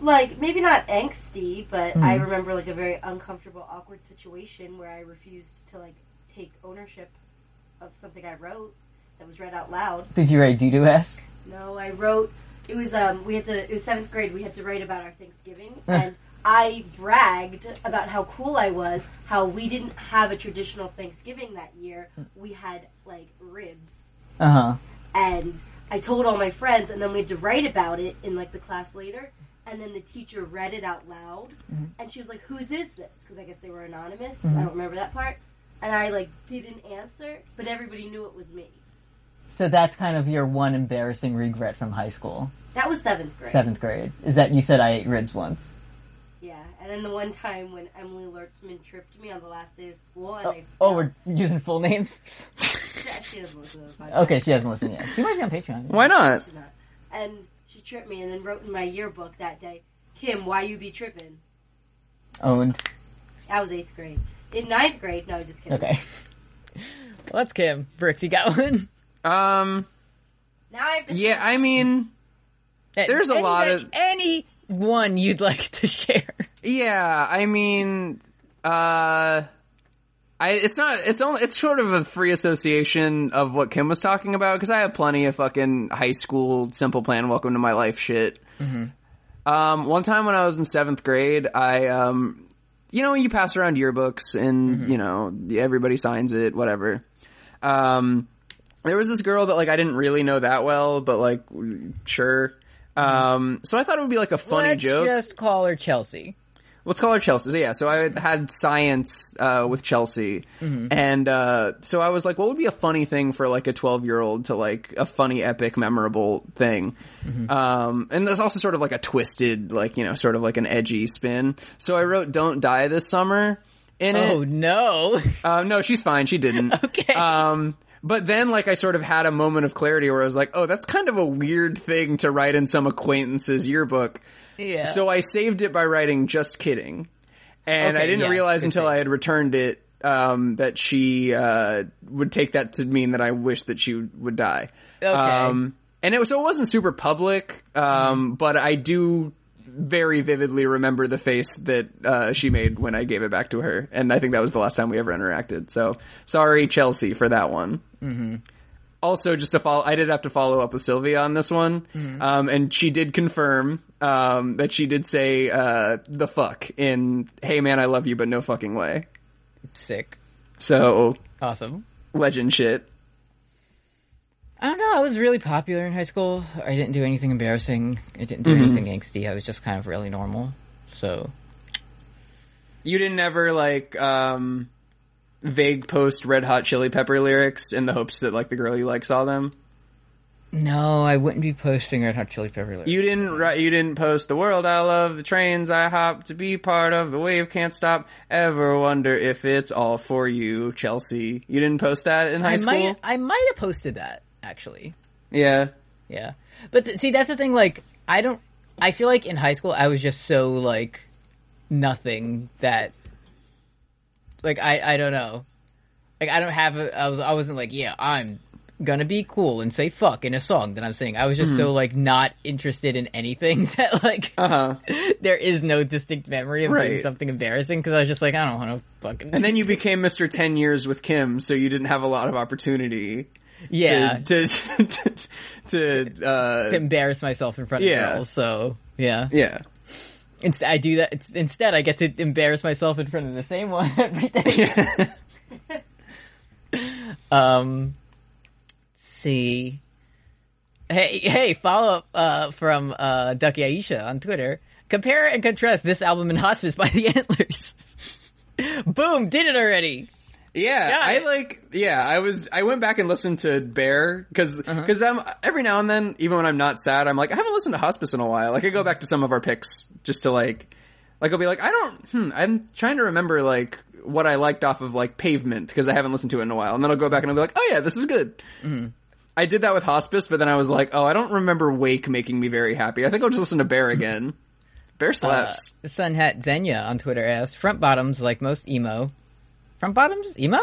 S3: like maybe not angsty, but I remember like a very uncomfortable, awkward situation where I refused to like take ownership of something I wrote that was read out loud.
S1: Did you write doo esque?
S3: No, I wrote. It was um. We had to. It was seventh grade. We had to write about our Thanksgiving, and I bragged about how cool I was. How we didn't have a traditional Thanksgiving that year. We had like ribs
S1: Uh huh.
S3: and I told all my friends, and then we had to write about it in like the class later. And then the teacher read it out loud,
S1: Mm-hmm.
S3: and she was like, "Whose is this?" Because I guess they were anonymous. I don't remember that part. And I like didn't answer, but everybody knew it was me.
S1: So that's kind of your one embarrassing regret from high school.
S3: That was seventh grade.
S1: seventh grade is that you said I ate ribs once.
S3: Yeah. And then the one time when Emily Lurtzman tripped me on the last day of school, and I
S1: Oh, we're using full names.
S3: she doesn't listen to the podcast.
S1: Okay, she hasn't listened yet. She might be on Patreon.
S2: Why not?
S3: She's not. And she tripped me, and then wrote in my yearbook that day, "Kim, why you be tripping?"
S1: Owned.
S3: That was eighth grade. In ninth grade, no, just kidding.
S1: Okay. well, that's Kim Brooks. You got one.
S2: Um.
S3: Now I have to
S2: Yeah. I mean. There's a lot of-
S1: any one you'd like to share.
S2: Yeah, I mean, uh, I it's not it's only it's sort of a free association of what Kim was talking about because I have plenty of fucking high school simple plan welcome to my life shit. Um, one time when I was in seventh grade, I um, you know, when you pass around yearbooks and you know everybody signs it, whatever. Um, there was this girl that like I didn't really know that well, but like w- sure. Um, so I thought it would be like a funny
S1: Let's
S2: joke
S1: just call her Chelsea.
S2: let's call her Chelsea. So, yeah, so I had science uh, with Chelsea, and uh, so I was like, what would be a funny thing for like a twelve year old to like a funny, epic, memorable thing? Um, and there's also sort of like a twisted, like you know, sort of like an edgy spin. So I wrote "Don't Die This Summer" in
S1: Oh
S2: it.
S1: no.
S2: Um, no, she's fine. She didn't.
S1: okay.
S2: Um, but then, like, I sort of had a moment of clarity where I was like, oh, that's kind of a weird thing to write in some acquaintance's yearbook.
S1: yeah.
S2: So I saved it by writing just kidding. And
S1: Okay,
S2: I didn't
S1: yeah,
S2: realize
S1: good
S2: until I had returned it um, that she uh, would take that to mean that I wished that she would would die.
S1: Okay.
S2: Um, and it was, so it wasn't super public, um, but I do very vividly remember the face that uh, she made when I gave it back to her. And I think that was the last time we ever interacted. So sorry, Chelsea, for that one also just to follow i did have to follow up with sylvia on this one um, and she did confirm um, that she did say uh, the fuck in hey man i love you but no fucking way
S1: sick.
S2: so
S1: Awesome.
S2: legend shit
S1: I don't know. I was really popular in high school. I didn't do anything embarrassing. I didn't do anything angsty. I was just kind of really normal. So
S2: you didn't ever like um, vague post red hot chili pepper lyrics in the hopes that like the girl you like saw them
S1: no, I wouldn't be posting Red Hot Chili Pepper. lyrics.
S2: you didn't ri- you didn't post the world i love the trains i hop to be part of the wave can't stop ever wonder if it's all for you chelsea you didn't post that in high
S1: I
S2: school
S1: might I might have posted that actually.
S2: yeah
S1: Yeah. But th- see that's the thing like I don't I feel like in high school I was just so like nothing that like I I don't know. Like I don't have a, I was I wasn't like yeah, I'm gonna be cool and say fuck in a song that I'm singing. I was just
S2: Mm-hmm.
S1: so like not interested in anything that like
S2: Uh-huh.
S1: there is no distinct memory of doing
S2: Right.
S1: something embarrassing cuz I was just like I don't want to fucking
S2: And then you became Mr. 10 years with Kim, so you didn't have a lot of opportunity
S1: yeah.
S2: to, to, to, uh,
S1: to embarrass myself in front
S2: Yeah.
S1: of girls. So yeah,
S2: yeah.
S1: Inst- I do that. It's, instead, I get to embarrass myself in front of the same one every day. um, let's see. Hey, hey! Follow up uh, from uh, Ducky Aisha on Twitter. Compare and contrast this album and Hospice by the Antlers. Boom! Did it already.
S2: Yeah, I
S1: it.
S2: like. Yeah, I was. I went back and listened to Bear because because I'm every now and then, even when I'm not sad, I'm like I haven't listened to Hospice in a while. Like I go back to some of our picks just to like, like I'll be like I don't. Hmm, I'm trying to remember like what I liked off of like Pavement because I haven't listened to it in a while, and then I'll go back and I'll be like, oh yeah, this is good. I did that with Hospice, but then I was like, oh, I don't remember Wake making me very happy. I think I'll just listen to Bear again. Bear slaps.
S1: Uh, Sun Hat Zenya on Twitter asked, "Front bottoms like most emo. Front bottoms emo?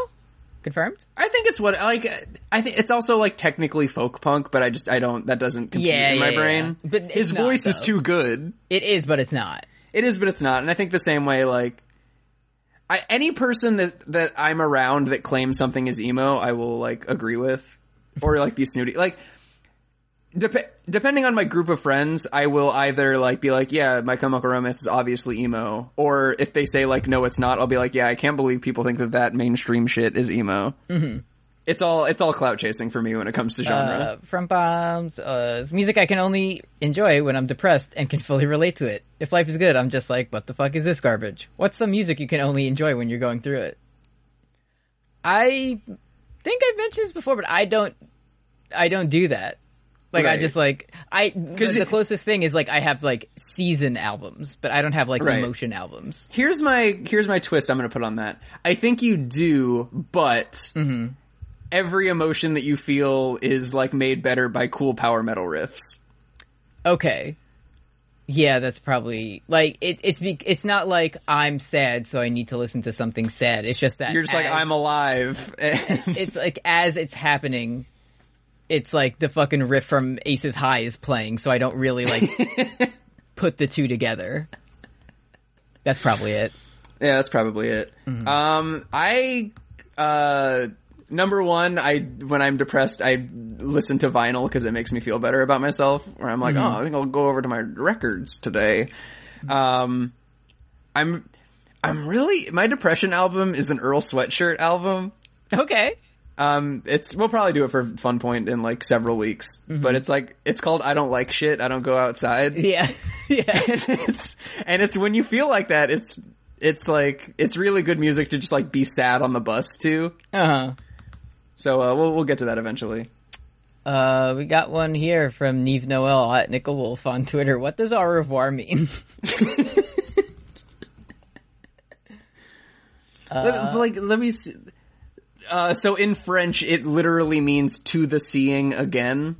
S1: Confirmed?
S2: I think it's what like I think it's also like technically folk punk, but I just I don't that doesn't compute
S1: Yeah,
S2: in my
S1: yeah,
S2: brain.
S1: yeah. But it's
S2: his
S1: not,
S2: voice is
S1: though.
S2: too good.
S1: It is, but it's not.
S2: It is, but it's not. And I think the same way like I, any person that that I'm around that claims something is emo, I will like agree with or like be snooty. Like dep- depending on my group of friends, I will either like be like, yeah, my Chemical Romance is obviously emo, or if they say like, no, it's not, I'll be like, yeah, I can't believe people think that that mainstream shit is emo. Mm-hmm. It's all it's all clout chasing for me when it comes to genre.
S1: Uh, front bottoms uh, it's music I can only enjoy when I'm depressed and can fully relate to it. If life is good, I'm just like, what the fuck is this garbage? What's some music you can only enjoy when you're going through it? I think I've mentioned this before, but I don't, I don't do that. Like I
S2: Right.
S1: just like I because the
S2: it-
S1: closest thing is like I have like season albums, but I don't have like
S2: Right.
S1: emotion albums.
S2: here's my here's my twist I'm going to put on that. I think you do, but every emotion that you feel is like made better by cool power metal riffs.
S1: Okay. Yeah, that's probably like it, it's be, it's not like I'm sad, so I need to listen to something sad. It's just that
S2: You're just like
S1: as-
S2: I'm alive.
S1: It's like as it's happening, it's like the fucking riff from Aces High is playing, so I don't really like put the two together. That's probably it.
S2: Yeah, that's probably it. Um, I uh, number one, I when I'm depressed, I listen to vinyl because it makes me feel better about myself. Where I'm like, oh, I think I'll go over to my records today. Um, I'm I'm really my depression album is an Earl Sweatshirt album.
S1: Okay.
S2: Um, it's we'll probably do it for fun point in like several weeks, but it's like it's called I don't like shit. I don't go outside.
S1: Yeah. yeah.
S2: and it's and it's when you feel like that, it's it's like it's really good music to just like be sad on the bus too.
S1: Uh-huh.
S2: So uh, we'll we'll get to that eventually.
S1: Uh, we got one here from Neve Noel at Nickel Wolf on Twitter. What does au revoir mean? Uh,
S2: let, like let me see. Uh, so in French, it literally means to the seeing again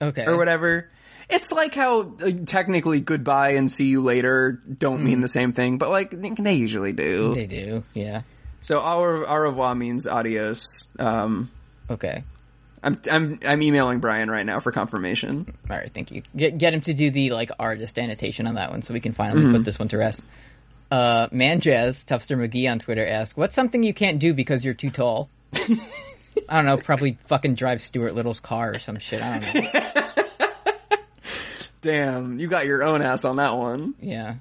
S1: Okay.
S2: or whatever. It's like how like, technically goodbye and see you later don't mean the same thing, but like they usually do.
S1: Hmm. They do. Yeah.
S2: So au, re- au revoir means adios. Um,
S1: Okay.
S2: I'm I'm I'm emailing Brian right now for confirmation.
S1: All right, thank you. Get get him to do the like artist annotation on that one, so we can finally put this one to rest. Uh, Man Jazz Tufster McGee on Twitter asked, "What's something you can't do because you're too tall?" I don't know. Probably fucking drive Stuart Little's car or some shit. I don't know.
S2: Damn, you got your own ass on that one.
S1: Yeah.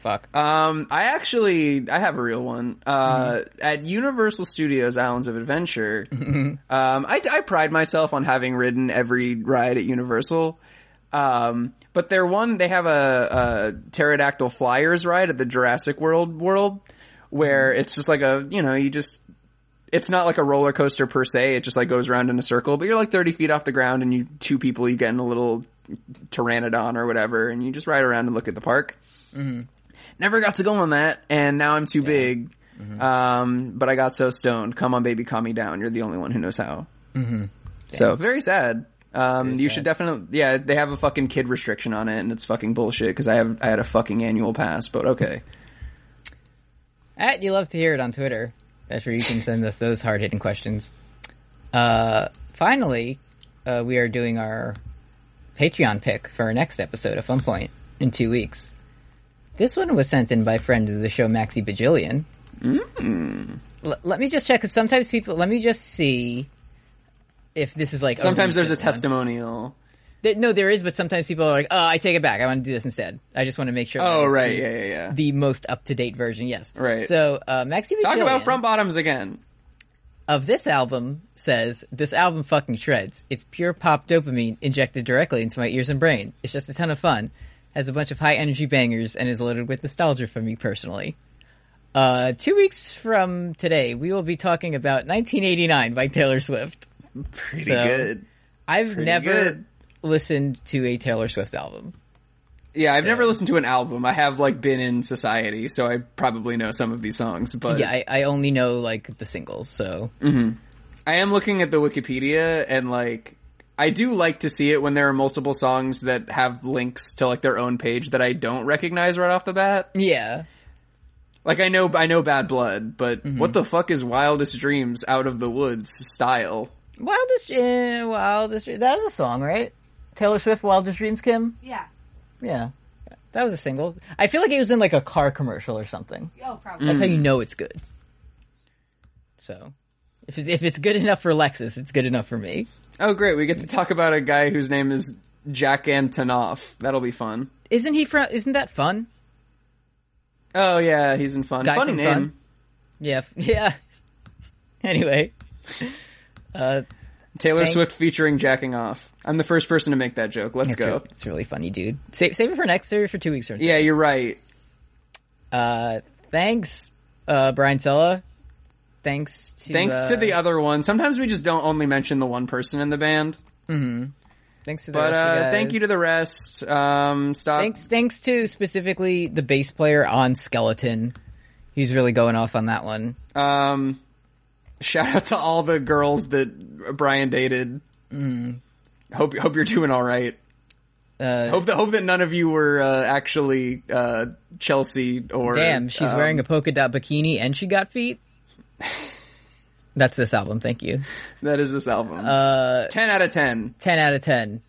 S1: Fuck.
S2: Um, I actually I have a real one. Uh, at Universal Studios Islands of Adventure, um, I, I pride myself on having ridden every ride at Universal. Um, but their one they have a, a pterodactyl flyers ride at the Jurassic World world where it's just like a you know you just it's not like a roller coaster per se. It just like goes around in a circle, but you're like 30 feet off the ground and you, two people, you get in a little pteranodon or whatever and you just ride around and look at the park. Never got to go on that and now I'm too big. Um, but I got so stoned. Come on, baby, calm me down. You're the only one who knows how. Mm-hmm. So very sad. Um, you should definitely, yeah, they have a fucking kid restriction on it and it's fucking bullshit because I have, I had a fucking annual pass, but okay.
S1: At you love to hear it on Twitter. That's where you can send us those hard hitting questions. Uh, finally, uh, we are doing our Patreon pick for our next episode of Fun Point in two weeks. This one was sent in by friend of the show Maxi Bajillion. Mm. let me just check because sometimes people. Let me just see if this is like.
S2: Sometimes
S1: a
S2: there's a
S1: recent one.
S2: testimonial.
S1: There, no, there is, but sometimes people are like, "Oh, I take it back. I want to do this instead. I just want to make sure." that
S2: Oh,
S1: it's
S2: right,
S1: the-
S2: yeah, yeah, yeah.
S1: The most up to date version, yes.
S2: Right.
S1: So, uh, Maxime
S2: Talk
S1: Bajillion
S2: about From Bottoms again.
S1: of this album says this album fucking shreds. It's pure pop dopamine injected directly into my ears and brain. It's just a ton of fun. Has a bunch of high energy bangers and is loaded with nostalgia for me personally. Uh, two weeks from today, we will be talking about 1989 by Taylor Swift.
S2: Pretty
S1: So-
S2: good.
S1: I've never
S2: good.
S1: listened to a Taylor Swift album.
S2: Yeah, I've never listened to an album. I have like been in society, so I probably know some of these songs. But
S1: Yeah, I, I only know like the singles. So
S2: I am looking at the Wikipedia and like I do like to see it when there are multiple songs that have links to like their own page that I don't recognize right off the bat.
S1: yeah,
S2: Like I know I know Bad Blood, but
S1: Mm-hmm.
S2: what the fuck is Wildest Dreams Out of the Woods style?
S1: Wildest eh, Wildest that is a song, right? Taylor Swift, Wildest Dreams, Kim.
S5: Yeah.
S1: Yeah. That was a single. I feel like it was in like a car commercial or something.
S5: Oh, probably.
S1: That's how you know it's good. So, if it's, if it's good enough for Lexus, it's good enough for me.
S2: Oh great, we get to talk about a guy whose name is Jack Antonoff. That'll be fun.
S1: Isn't he from isn't that fun?
S2: Oh yeah, he's in fun.
S1: Guy
S2: Funny
S1: from
S2: name.
S1: Fun. Yeah. f- Yeah. anyway,
S2: Taylor
S1: Thank-
S2: Swift featuring jacking off. I'm the first person to make that joke. Let's
S1: it's,
S2: go.
S1: re- it's really funny, dude. Save save it for next or for 2 weeks from now.
S2: Yeah, you're right.
S1: Uh thanks uh Brian Sella. Thanks to
S2: Thanks
S1: uh,
S2: to the other one. Sometimes we just don't only mention the one person in the band.
S1: thanks to the
S2: But
S1: rest of the
S2: uh, thank
S1: guys.
S2: you to the rest. Um, stop.
S1: Thanks, thanks to specifically the bass player on Skeleton. He's really going off on that one.
S2: Um, shout out to all the girls that Brian dated. Hope hope you're doing all right.
S1: Mm. Uh,
S2: Hope that hope that none of you were uh, actually uh, Chelsea or
S1: Damn, she's
S2: um,
S1: wearing a polka dot bikini and she got feet. That's this album. Thank you.
S2: That is this album.
S1: Uh,
S2: ten out of ten.
S1: Ten out of ten.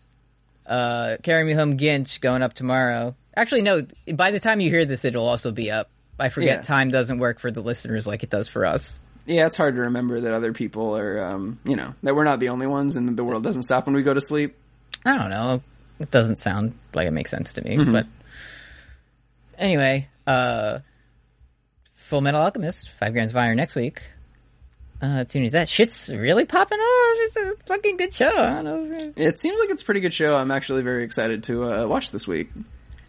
S1: Uh, Carry Me Home, Ginch, going up tomorrow. Actually, no. By the time you hear this, it'll also be up. I forget
S2: Yeah.
S1: time doesn't work for the listeners like it does for us.
S2: Yeah, it's hard to remember that other people are, um, you know, that we're not the only ones, and that the world doesn't stop when we go to sleep.
S1: I don't know. It doesn't sound like it makes sense to me,
S2: Mm-hmm.
S1: but anyway, uh Full Metal Alchemist, five grams of iron next week. Uh tune is that shit's really popping off. It's a fucking good show. I don't know.
S2: It seems like it's a pretty good show. I'm actually very excited to uh, watch this week.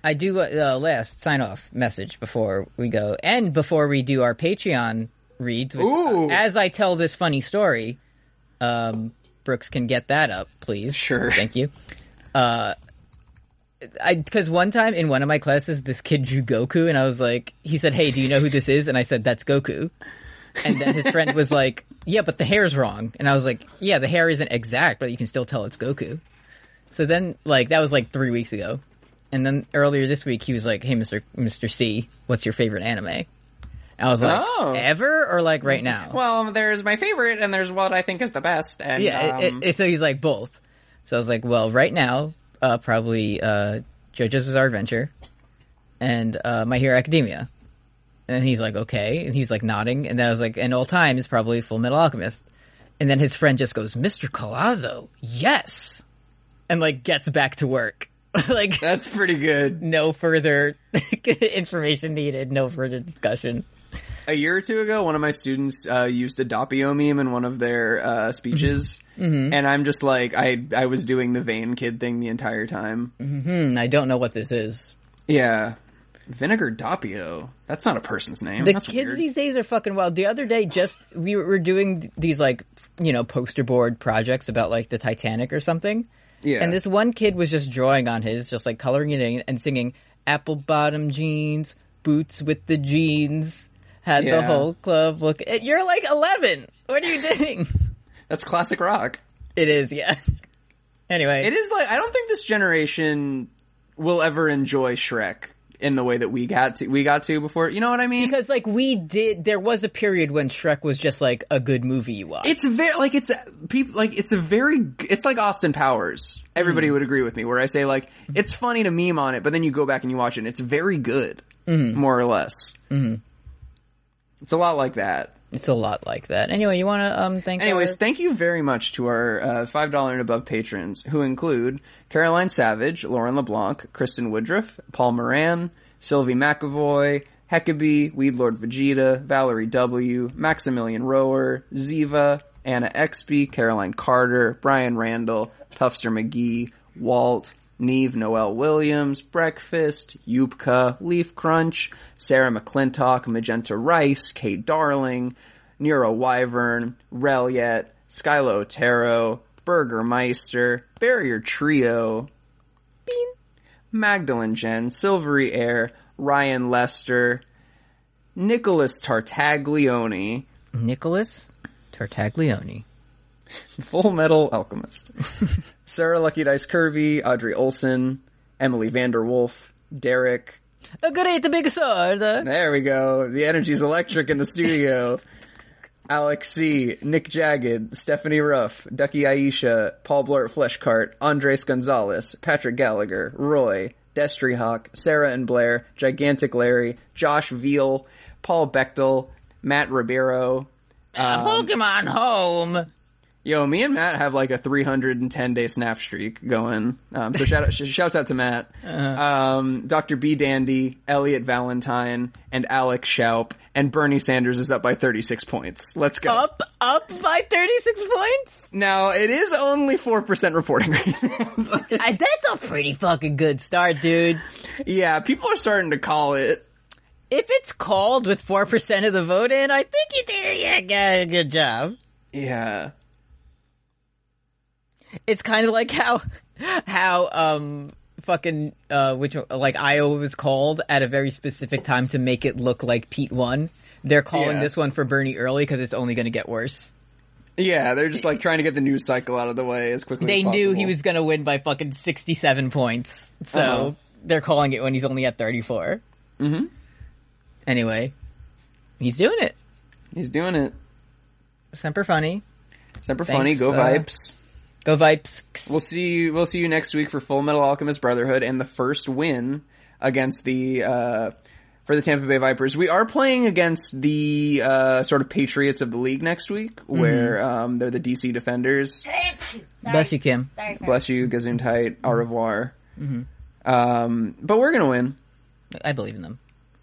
S1: I do uh, uh, last sign off message before we go, and before we do our Patreon reads. Which,
S2: Ooh.
S1: as I tell this funny story, um, Brooks can get that up, please.
S2: Sure.
S1: thank you. Uh, I because one time in one of my classes, this kid drew Goku, and I was like, he said, "Hey, do you know who this is?" And I said, "That's Goku." And then his friend was like, "Yeah, but the hair's wrong." And I was like, "Yeah, the hair isn't exact, but you can still tell it's Goku." So then, like, that was like three weeks ago. And then earlier this week, he was like, "Hey, Mister Mister C, what's your favorite anime?" I was like,
S2: Oh.
S1: "Ever or like right now?"
S2: Well, Um, there's my favorite, and there's what I think is the best. And
S1: yeah. it-
S2: um,
S1: it- so he's like both. So I was like, "Well, right now, uh, probably uh, JoJo's Bizarre Adventure and uh, My Hero Academia." And he's like, "Okay," and he's like nodding. And then I was like, "And all time is probably Full Metal Alchemist." And then his friend just goes, "Mr. Colazzo, yes," and like gets back to work. like
S2: that's pretty good.
S1: no further information needed, no further discussion.
S2: A year or two ago, one of my students uh, used a Doppio meme in one of their uh, speeches,
S1: Mm-hmm.
S2: and I'm just like, I I was doing the vain kid thing the entire time.
S1: Hmm, I don't know what this is.
S2: Yeah, Vinegar Doppio. That's not a person's name.
S1: The
S2: That's
S1: kids
S2: weird.
S1: these days are fucking wild. The other day, just we were doing these like f- you know poster board projects about like the Titanic or something,
S2: yeah.
S1: and this one kid was just drawing on his, just like coloring it in and singing apple bottom jeans, boots with the jeans. Had the
S2: Yeah.
S1: whole club look. At, you're like 11. What are you doing?
S2: that's classic rock.
S1: it is, yeah. Anyway,
S2: It is like I don't think this generation will ever enjoy Shrek in the way that we got to we got to before. You know what I mean?
S1: because like we did there was a period when shrek was just like a good movie you watch
S2: it's very like it's people like it's a very g- it's like Austin Powers. Everybody would agree with me where I say like it's funny to meme on it, but then you go back and you watch it. and It's very good, more or less. It's a lot like that.
S1: It's a lot like that. Anyway, you want to um thank
S2: Anyways,
S1: our-
S2: thank you very much to our uh, five dollar and above patrons, who include Caroline Savage, Lauren LeBlanc, Kristen Woodruff, Paul Moran, Sylvie McAvoy, Heckabee, Weed Lord Vegeta, Valerie W, Maximilian Rower, Ziva, Anna Exby, Caroline Carter, Brian Randall, Tufster McGee, Walt, Neve Noel Williams, Breakfast, Yupka, Leaf Crunch, Sarah McClintock, Magenta Rice, Kay Darling, Nero Wyvern, Reliet, Skylo Otero, Burgermeister, Barrier Trio, Bean, Magdalene Jen, Silvery Air, Ryan Lester, Nicholas Tartaglione,
S1: Nicholas Tartaglione.
S2: Full Metal Alchemist. Sarah Lucky Dice Curvy, Audrey Olson, Emily Vanderwolf, Derek.
S1: A great big sword.
S2: There we go. The energy's electric in the studio. Alex C, Nick Jagged, Stephanie Ruff, Ducky Aisha, Paul Blart Fleshcart, Andres Gonzalez, Patrick Gallagher, Roy, Destry Hawk, Sarah and Blair, Gigantic Larry, Josh Veal, Paul Bechtel, Matt Ribeiro.
S1: Pokemon Home.
S2: Yo, me and Matt have like a 310 day snap streak going. Um, so shout out, sh- shouts out to Matt,
S1: Uh-huh.
S2: um, Dr. B Dandy, Elliot Valentine, and Alex Schaup, and Bernie Sanders is up by 36 points. Let's go.
S1: Up, up by 36 points?
S2: Now it is only 4% reporting right now.
S1: I, that's a pretty fucking good start, dude.
S2: yeah, people are starting to call it.
S1: If it's called with 4% of the vote in, I think you did yeah, got a good job.
S2: Yeah.
S1: It's kind of like how, how, um, fucking, uh, which, like Iowa was called at a very specific time to make it look like Pete won. They're calling
S2: Yeah.
S1: this one for Bernie early because it's only going to get worse.
S2: Yeah, they're just like trying to get the news cycle out of the way as quickly
S1: They
S2: as
S1: knew
S2: possible.
S1: he was going to win by fucking 67 points. So
S2: Uh-huh. Mm-hmm.
S1: they're calling it when he's only at 34. Mm hmm. Anyway, he's doing it.
S2: He's doing it.
S1: Semper Funny.
S2: Semper
S1: Thanks,
S2: Funny, go
S1: uh,
S2: Vipes.
S1: Go Vipes.
S2: We'll see. You, we'll see you next week for Full Metal Alchemist Brotherhood and the first win against the uh, for the Tampa Bay Vipers. We are playing against the uh, sort of Patriots of the league next week,
S1: Mm-hmm.
S2: where um, they're the DC Defenders.
S3: Sorry.
S1: Bless you, Kim.
S3: Sorry, sorry.
S2: Bless you, Gesundheit, au revoir.
S1: Mm-hmm.
S2: Um, but we're gonna win.
S1: I believe in them.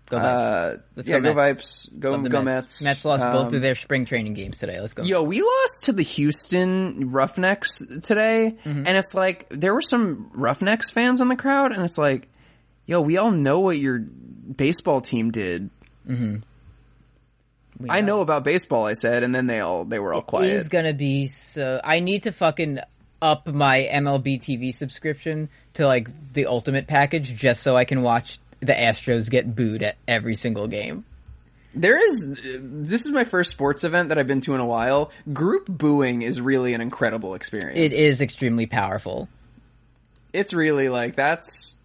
S1: Go Vipes.
S2: Uh,
S1: Let's
S2: yeah,
S1: go
S2: go,
S1: Mets.
S2: Vipes. Go,
S1: Love the
S2: go
S1: Mets.
S2: Mets.
S1: Mets lost
S2: Um,
S1: both of their spring training games today. Let's go.
S2: Yo, we lost to the Houston Roughnecks today,
S1: Mm-hmm.
S2: and it's like there were some Roughnecks fans in the crowd, and it's like, yo, we all know what your baseball team did.
S1: Mm-hmm. We
S2: I know about baseball, I said, and then they all they were all quiet.
S1: Is gonna be so. I need to fucking up my MLB TV subscription to like the ultimate package just so I can watch the Astros get booed at every single game.
S2: There is this is my first sports event that I've been to in a while. Group booing is really an incredible experience.
S1: It is extremely powerful.
S2: It's really like that's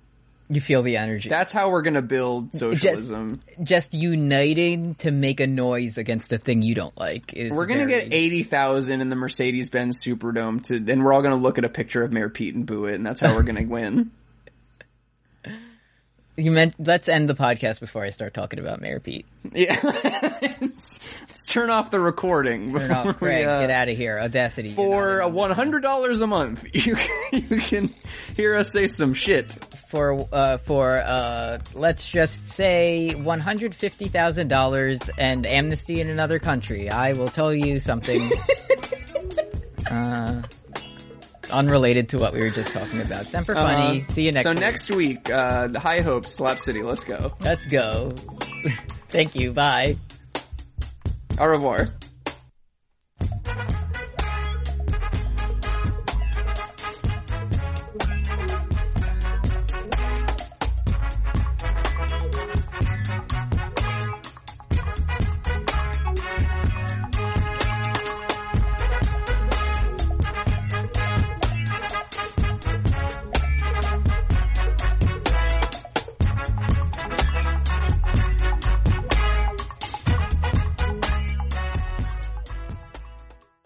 S1: You feel the energy.
S2: that's how we're gonna build socialism.
S1: just uniting to make a noise against the thing you don't like is
S2: We're gonna
S1: very-
S2: get eighty thousand in the Mercedes Benz Superdome to, and we're all gonna look at a picture of Mayor Pete and boo it, and that's how we're gonna win.
S1: You meant let's end the podcast before I start talking about Mayor Pete.
S2: Yeah, let's, let's turn off the recording
S1: Turn
S2: before
S1: off, Greg,
S2: we, uh,
S1: get out of here. Audacity. you're
S2: for
S1: not
S2: a
S1: in.
S2: one hundred dollars a month. You can, you can hear us say some shit.
S1: for uh, for uh, let's just say one hundred fifty thousand dollars and amnesty in another country. I will tell you something uh, unrelated to what we were just talking about. Semper funny.
S2: Uh,
S1: See you next.
S2: So
S1: week.
S2: next week, uh, the High Hopes, Slap City. Let's go.
S1: Let's go. Thank you. Bye.
S2: Au revoir.